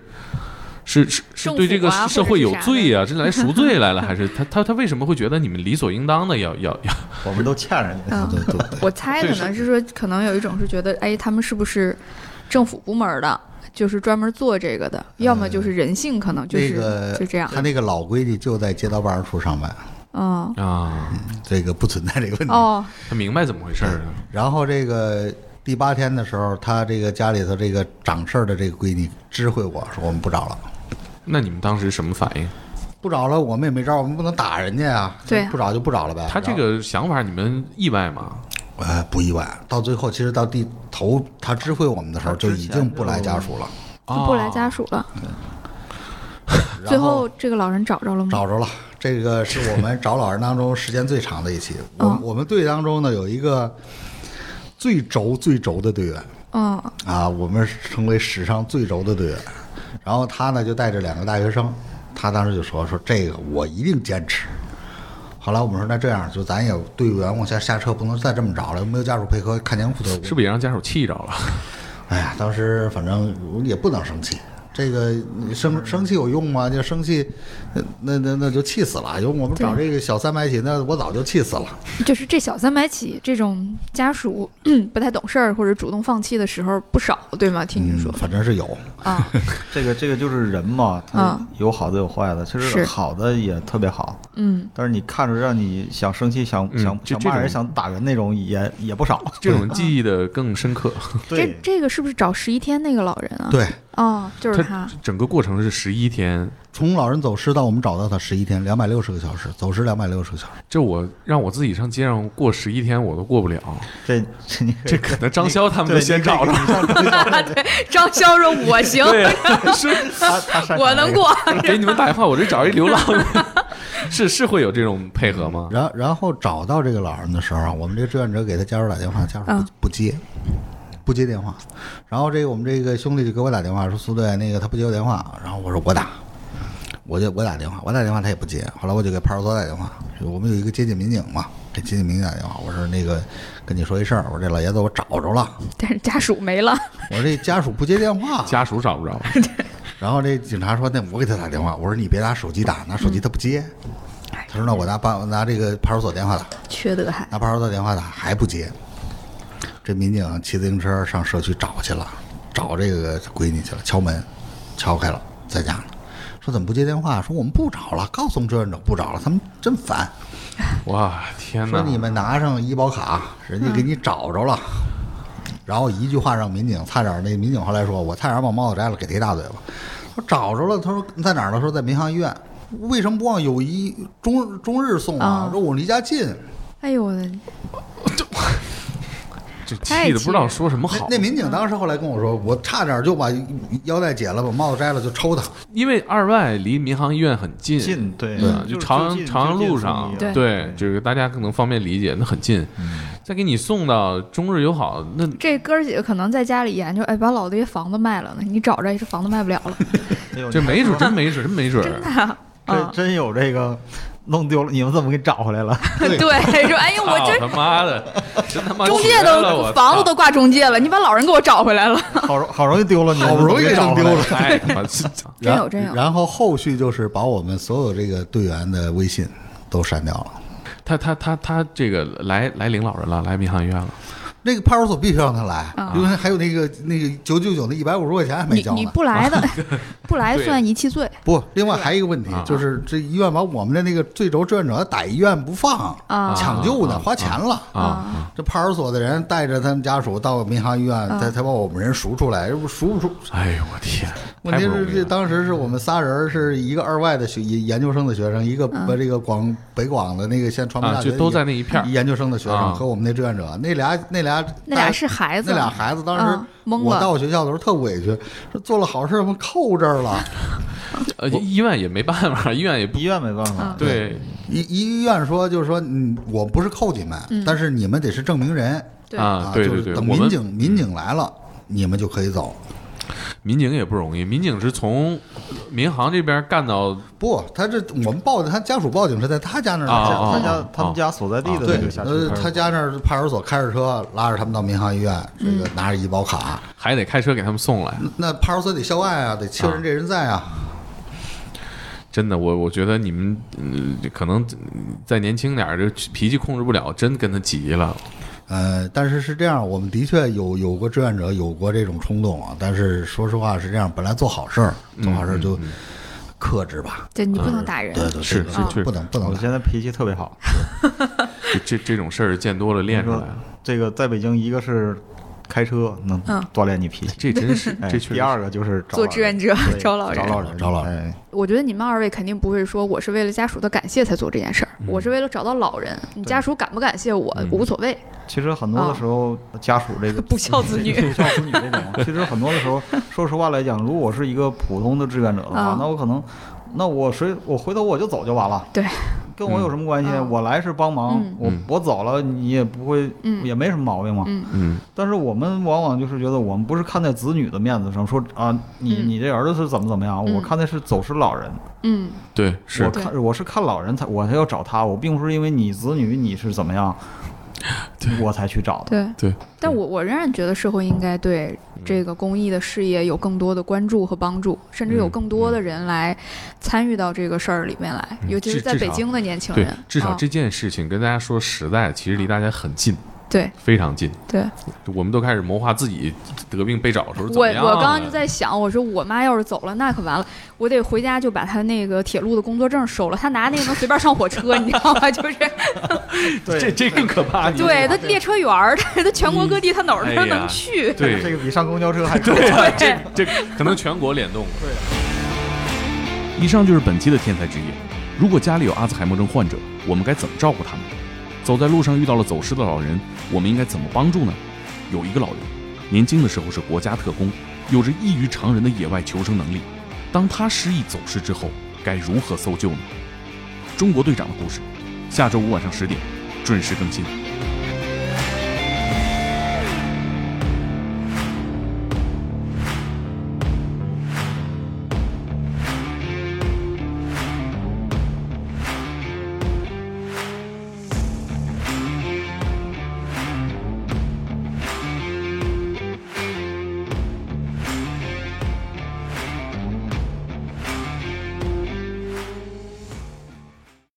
A: 是是是
F: 政
A: 对这
F: 府
A: 个
F: 啊
A: 社
F: 或者
A: 会
F: 是
A: 有
F: 啥的
A: 罪 啊？是来赎罪来了，还是他他他为什么会觉得你们理所应当的要要要？
E: 我们都欠人家。
F: 嗯，我猜可能是说，可能有一种是觉得，哎，他们是不是政府部门儿的，就是专门做这个的，要么就是人性，可能就是、
B: 嗯那个
F: 就这样，
B: 他那个老闺女就在街道办事处上班，
F: 嗯，
A: 啊，
B: 这个不存在这个问题。
F: 哦，
A: 他明白怎么回事儿啊了。
B: 然后这个第八天的时候，他这个家里头这个掌事儿的这个闺女知会我说：“我们不找了，
A: 那你们当时什么反应？
B: 不找了，我们也没招儿，我们不能打人家呀。
F: 对啊
B: 不找就不找了呗。”
A: 他这个想法你们意外吗？
B: 呃不意外，到最后其实到第头他知会我们的时候，就已经不来家属了。
D: 就不来
E: 哦
D: 家属了。
B: 嗯然
D: 最后这个老人找着了吗？
B: 找着了，这个是我们找老人当中时间最长的一期。我
F: 嗯
B: 们我们队当中呢有一个最轴最轴的队员
D: 嗯，
B: 啊，我们成为史上最轴的队员。然后他呢就带着两个大学生，他当时就说说这个我一定坚持。后来我们说那这样就咱也队员往下下车不能再这么找了，没有家属配合看监护的，
A: 是不是也让家属气着 了？
B: 哎呀，当时反正我也不能生气，这个你生生气有用吗？就生气，呃那那那就气死了。因为我们找这个小三百起，那我早就气死了。
D: 就是这小三百起这种家属 不太懂事儿或者主动放弃的时候不少，对吗？听您说
B: 嗯，反正是有，
D: 啊，
E: 这个这个就是人嘛，他
D: 嗯
E: 有好的有坏的，其实
D: 是
E: 好的也特别好，
D: 嗯，
E: 但是你看着让你想生气、想
A: 嗯
E: 想
A: 就
E: 想
A: 这
E: 骂人、
A: 种
E: 想打人那种也也不少。
A: 这种记忆的更深刻。
D: 这这个是不是找十一天那个老人啊？
B: 对，
F: 哦，就是他
A: 它，整个过程是十一天，
B: 从老人走失到我们找到他十一天，两百六十个小时，走失两百六十个小时。
A: 这我让我自己上街上过十一天我都过不了，
E: 这这你
A: 这可能张潇他们都先找着，
F: 张潇说：“我行，
A: 对，是
E: 他他擅长
F: 我能过。
A: 给你们打电话，我这找一流浪 的，是是会有这种配合吗？
B: 然然后找到这个老人的时候，我们这志愿者给他家属打电话，家属不、
F: 嗯
B: 不接，不接电话。然后这个我们这个兄弟就给我打电话说苏队那个他不接我电话，然后我说我打，我就我打电话，我打电话他也不接。后来我就给派出所打电话，我们有一个接近民警嘛，给接近民警打电话，我说那个跟你说一事儿，我说这老爷子我找着了，”
F: 但是家属没了，
B: 我说这家属不接电 话，
A: 家属找不 着，
B: 然后这警察说：“那我给他打电话。”我说：“你别拿手机打，拿手机他不接。他说：“那我拿办我拿这个派出所电话打，
F: 缺德还
B: 拿派出所电话打还不接。”这民警骑自行车上社区找去了，找这个闺女去了，敲门，敲开了，在家呢。说怎么不接电话？说我们不找了，告诉我们志愿者不找了，他们真烦。
A: 哇，天
B: 说
A: 哪！
B: 你们拿上医保卡，人家给你找着了。然后一句话让民警，差点儿那民警后来说，我差点儿把帽子摘了，给他一大嘴巴。说找着了，他说在哪儿呢？说在民航医院。为什么不往友谊中中日送
F: 啊
B: 啊？说我离家近。
F: 哎呦我的，
A: 这
F: 太
A: 气的
F: 气
A: 不知道说什么好
B: 那。那民警当时后来跟我说，我差点儿就把腰带解了，把帽子摘了，就抽他。
A: 因为二外离民航医院很近，
E: 近对
A: 对吧，
E: 就
A: 朝
E: 就
A: 阳
E: 近
A: 朝阳
E: 就近
A: 路
E: 送啊
A: 上
E: 医，
F: 对
A: 对，这个大家可能方便理解，那很近。再给你送到中日友好，那
F: 这哥儿几个可能在家里研究，哎，把老爹房子卖了呢，你找着这房子卖不了了，
E: 哎呦
A: 这
E: 你
A: 没准
E: 说
A: 儿真没准儿，真没准儿。
E: 这
F: 嗯
E: 真有这个弄丢了，你们怎么给找回来 了？
F: 对，说哎呦我
A: 操
F: 这
A: 他妈的，真他妈
F: 中介
A: 绝了
F: 都
A: 我
F: 房子
A: 操
F: 都挂中介了，你把老人给我找回来了，
E: 好容好容易丢了，你们
B: 好不容易
E: 怎么给
B: 弄
E: 找回
B: 丢
E: 来
B: 了
A: 太
B: 哎
A: 他哎妈是
F: 真有
B: 然
F: 真有
B: 然后后续就是把我们所有这个队员的微信都删掉了。
A: 他他他他这个来来领老人了，来民航医院了。
B: 那个派出所必须让他来，因为还有那个那个九九九那一百五十块钱还没
F: 啊你
B: 交
F: 你
B: 呢。
F: 不来的， 不来
A: 对
F: 算遗弃罪
B: 不，另外还有一个问题
A: 啊，
B: 就是这医院把我们的那个最轴志愿者打医院不放，
F: 啊
B: 抢救呢
A: 啊
B: 花钱了。
A: 啊，
B: 这派出所的人带着他们家属到民航医院，
F: 啊
B: 才才把我们人赎出来，这不赎不出？
A: 哎呦我天，
B: 问题
A: 太不容
B: 是
A: 易
B: 这
A: 了
B: 当时是我们仨人，是一个二外的学研究生的学生，一个
F: 嗯
B: 把这个广北广的那个现在传媒
A: 啊，
B: 大学
A: 就
B: 的
A: 都在那一片儿。
B: 研究生的学
A: 啊
B: 生和我们那志愿者，那俩那俩
F: 那俩
B: 带
F: 是孩子，
B: 哎那俩孩子当时
F: 嗯懵
B: 我
F: 了
B: 到学校的时候特委屈，说做了好事我们扣这儿了。
A: 呃，医院也没办法，医院也不
E: 医院没办
F: 嗯
E: 法，
A: 对，
B: 医医院说就是说，嗯，我不是扣你们，
F: 嗯
B: 但是你们得是证明人
F: 对
A: 啊，对
B: 就
A: 对
B: 是
A: 对，
B: 等
A: 我
B: 民
A: 们
B: 警民警来了，你们就可以走。
A: 民警也不容易，民警是从民航这边干到
B: 不，他这我们报的，他家属报警是在他家那儿
A: 啊
B: 打架。
A: 啊
E: 他
A: 啊
E: 家他们家所在地的
B: 哦对
E: 这个，辖区
B: 呃，
E: 派
B: 他
E: 出所
B: 家那儿派出所开着车拉着他们到民航医院，这个
F: 嗯
B: 拿着医保卡，
A: 还得开车给他们送来。
B: 那那派出所得校外啊，得确认这人在啊。
A: 真的，我我觉得你们嗯，可能嗯再年轻点儿，这脾气控制不了，真跟他急了。
B: 呃，但是是这样，我们的确有有过志愿者有过这种冲动啊，但是说实话是这样，本来做好事儿，做好事儿
A: 嗯
B: 就克制吧。
F: 对你不能打人，
B: 嗯对对，
A: 是
B: 对
A: 是
B: 对
A: 是
B: 不能不能
E: 我
B: 打。
E: 现在脾气特别好。
A: 这这这种事儿见多了练出来
E: 你
A: 了，
E: 这个在北京，一个是开车能
F: 嗯
E: 锻炼你脾气，
A: 这真是
E: 哎
A: 这确实
E: 第二个就是找
F: 做
E: 老
F: 志
E: 人
F: 愿者
E: 对
F: 招老人
E: 找。老人，哎
B: 找老人
E: 人。
F: 我觉得你们二位肯定不会说我是为了家属的感谢才做这件事儿，
A: 嗯
F: 我是为了找到老人，你家属感不感谢我无所谓，
E: 其实很多的时候，家属这个
F: 嗯 不孝子女
E: 不孝子女 这种，其实很多的时候，说实话来讲，如果我是一个普通的志愿者的话
F: 啊，
E: 那我可能，那我谁我回头我就走就完了，
F: 对，
E: 跟我有什么关系
F: 嗯？
E: 我来是帮忙
F: 嗯，
E: 我
A: 嗯
E: 我走了你也不会，
F: 嗯
E: 也没什么毛病嘛。
F: 嗯
A: 嗯，
E: 但是我们往往就是觉得，我们不是看在子女的面子上说啊，你
F: 嗯
E: 你这儿子是怎么怎么样，
F: 嗯
E: 我看的是走失老人，
F: 嗯，
A: 对是，
E: 我看我是看老人才我才要找他，我并不是因为你子女你是怎么样，我才去找的。
F: 对
A: 对。
F: 但我我仍然觉得社会应该对这个公益的事业有更多的关注和帮助，甚至有
A: 嗯
F: 更多的人来参与到这个事儿里面来，尤其是
A: 至
F: 在
A: 至
F: 北
A: 少
F: 京的年轻
A: 嗯对
D: 哦
F: 人，，
A: 至少
F: 啊
A: 这件事情跟大家说实在，其实离大家很近，
D: 对
G: 非常近。
D: 对，
G: 我们都开始谋划自己得病被找的时候怎
D: 我
G: 么样
A: 啊
G: 啊
D: 我刚刚就
G: 了
D: 在想，我说我妈要是走了，那可完了，我得回家就把她那个铁路的工作证收了。她拿那个能随便上火车，你知道 吗？就是
G: 哎这这更可怕。你
D: 对她列车员儿，但是她全国各地她哪儿
G: 哎
D: 都
G: 呀
D: 能去。
G: 对
E: 这个比上公交 车还重。
D: 对
G: 啊这可能全国联动。
A: 以上就是本期的天才职业。如果家里有阿兹海默症患者，我们该怎么照顾他们？走在路上遇到了走失的老人，我们应该怎么帮助呢？有一个老人，年轻的时候是国家特工，有着异于常人的野外求生能力。当他失忆走失之后，该如何搜救呢？中国队长的故事，下周五晚上十点准时更新。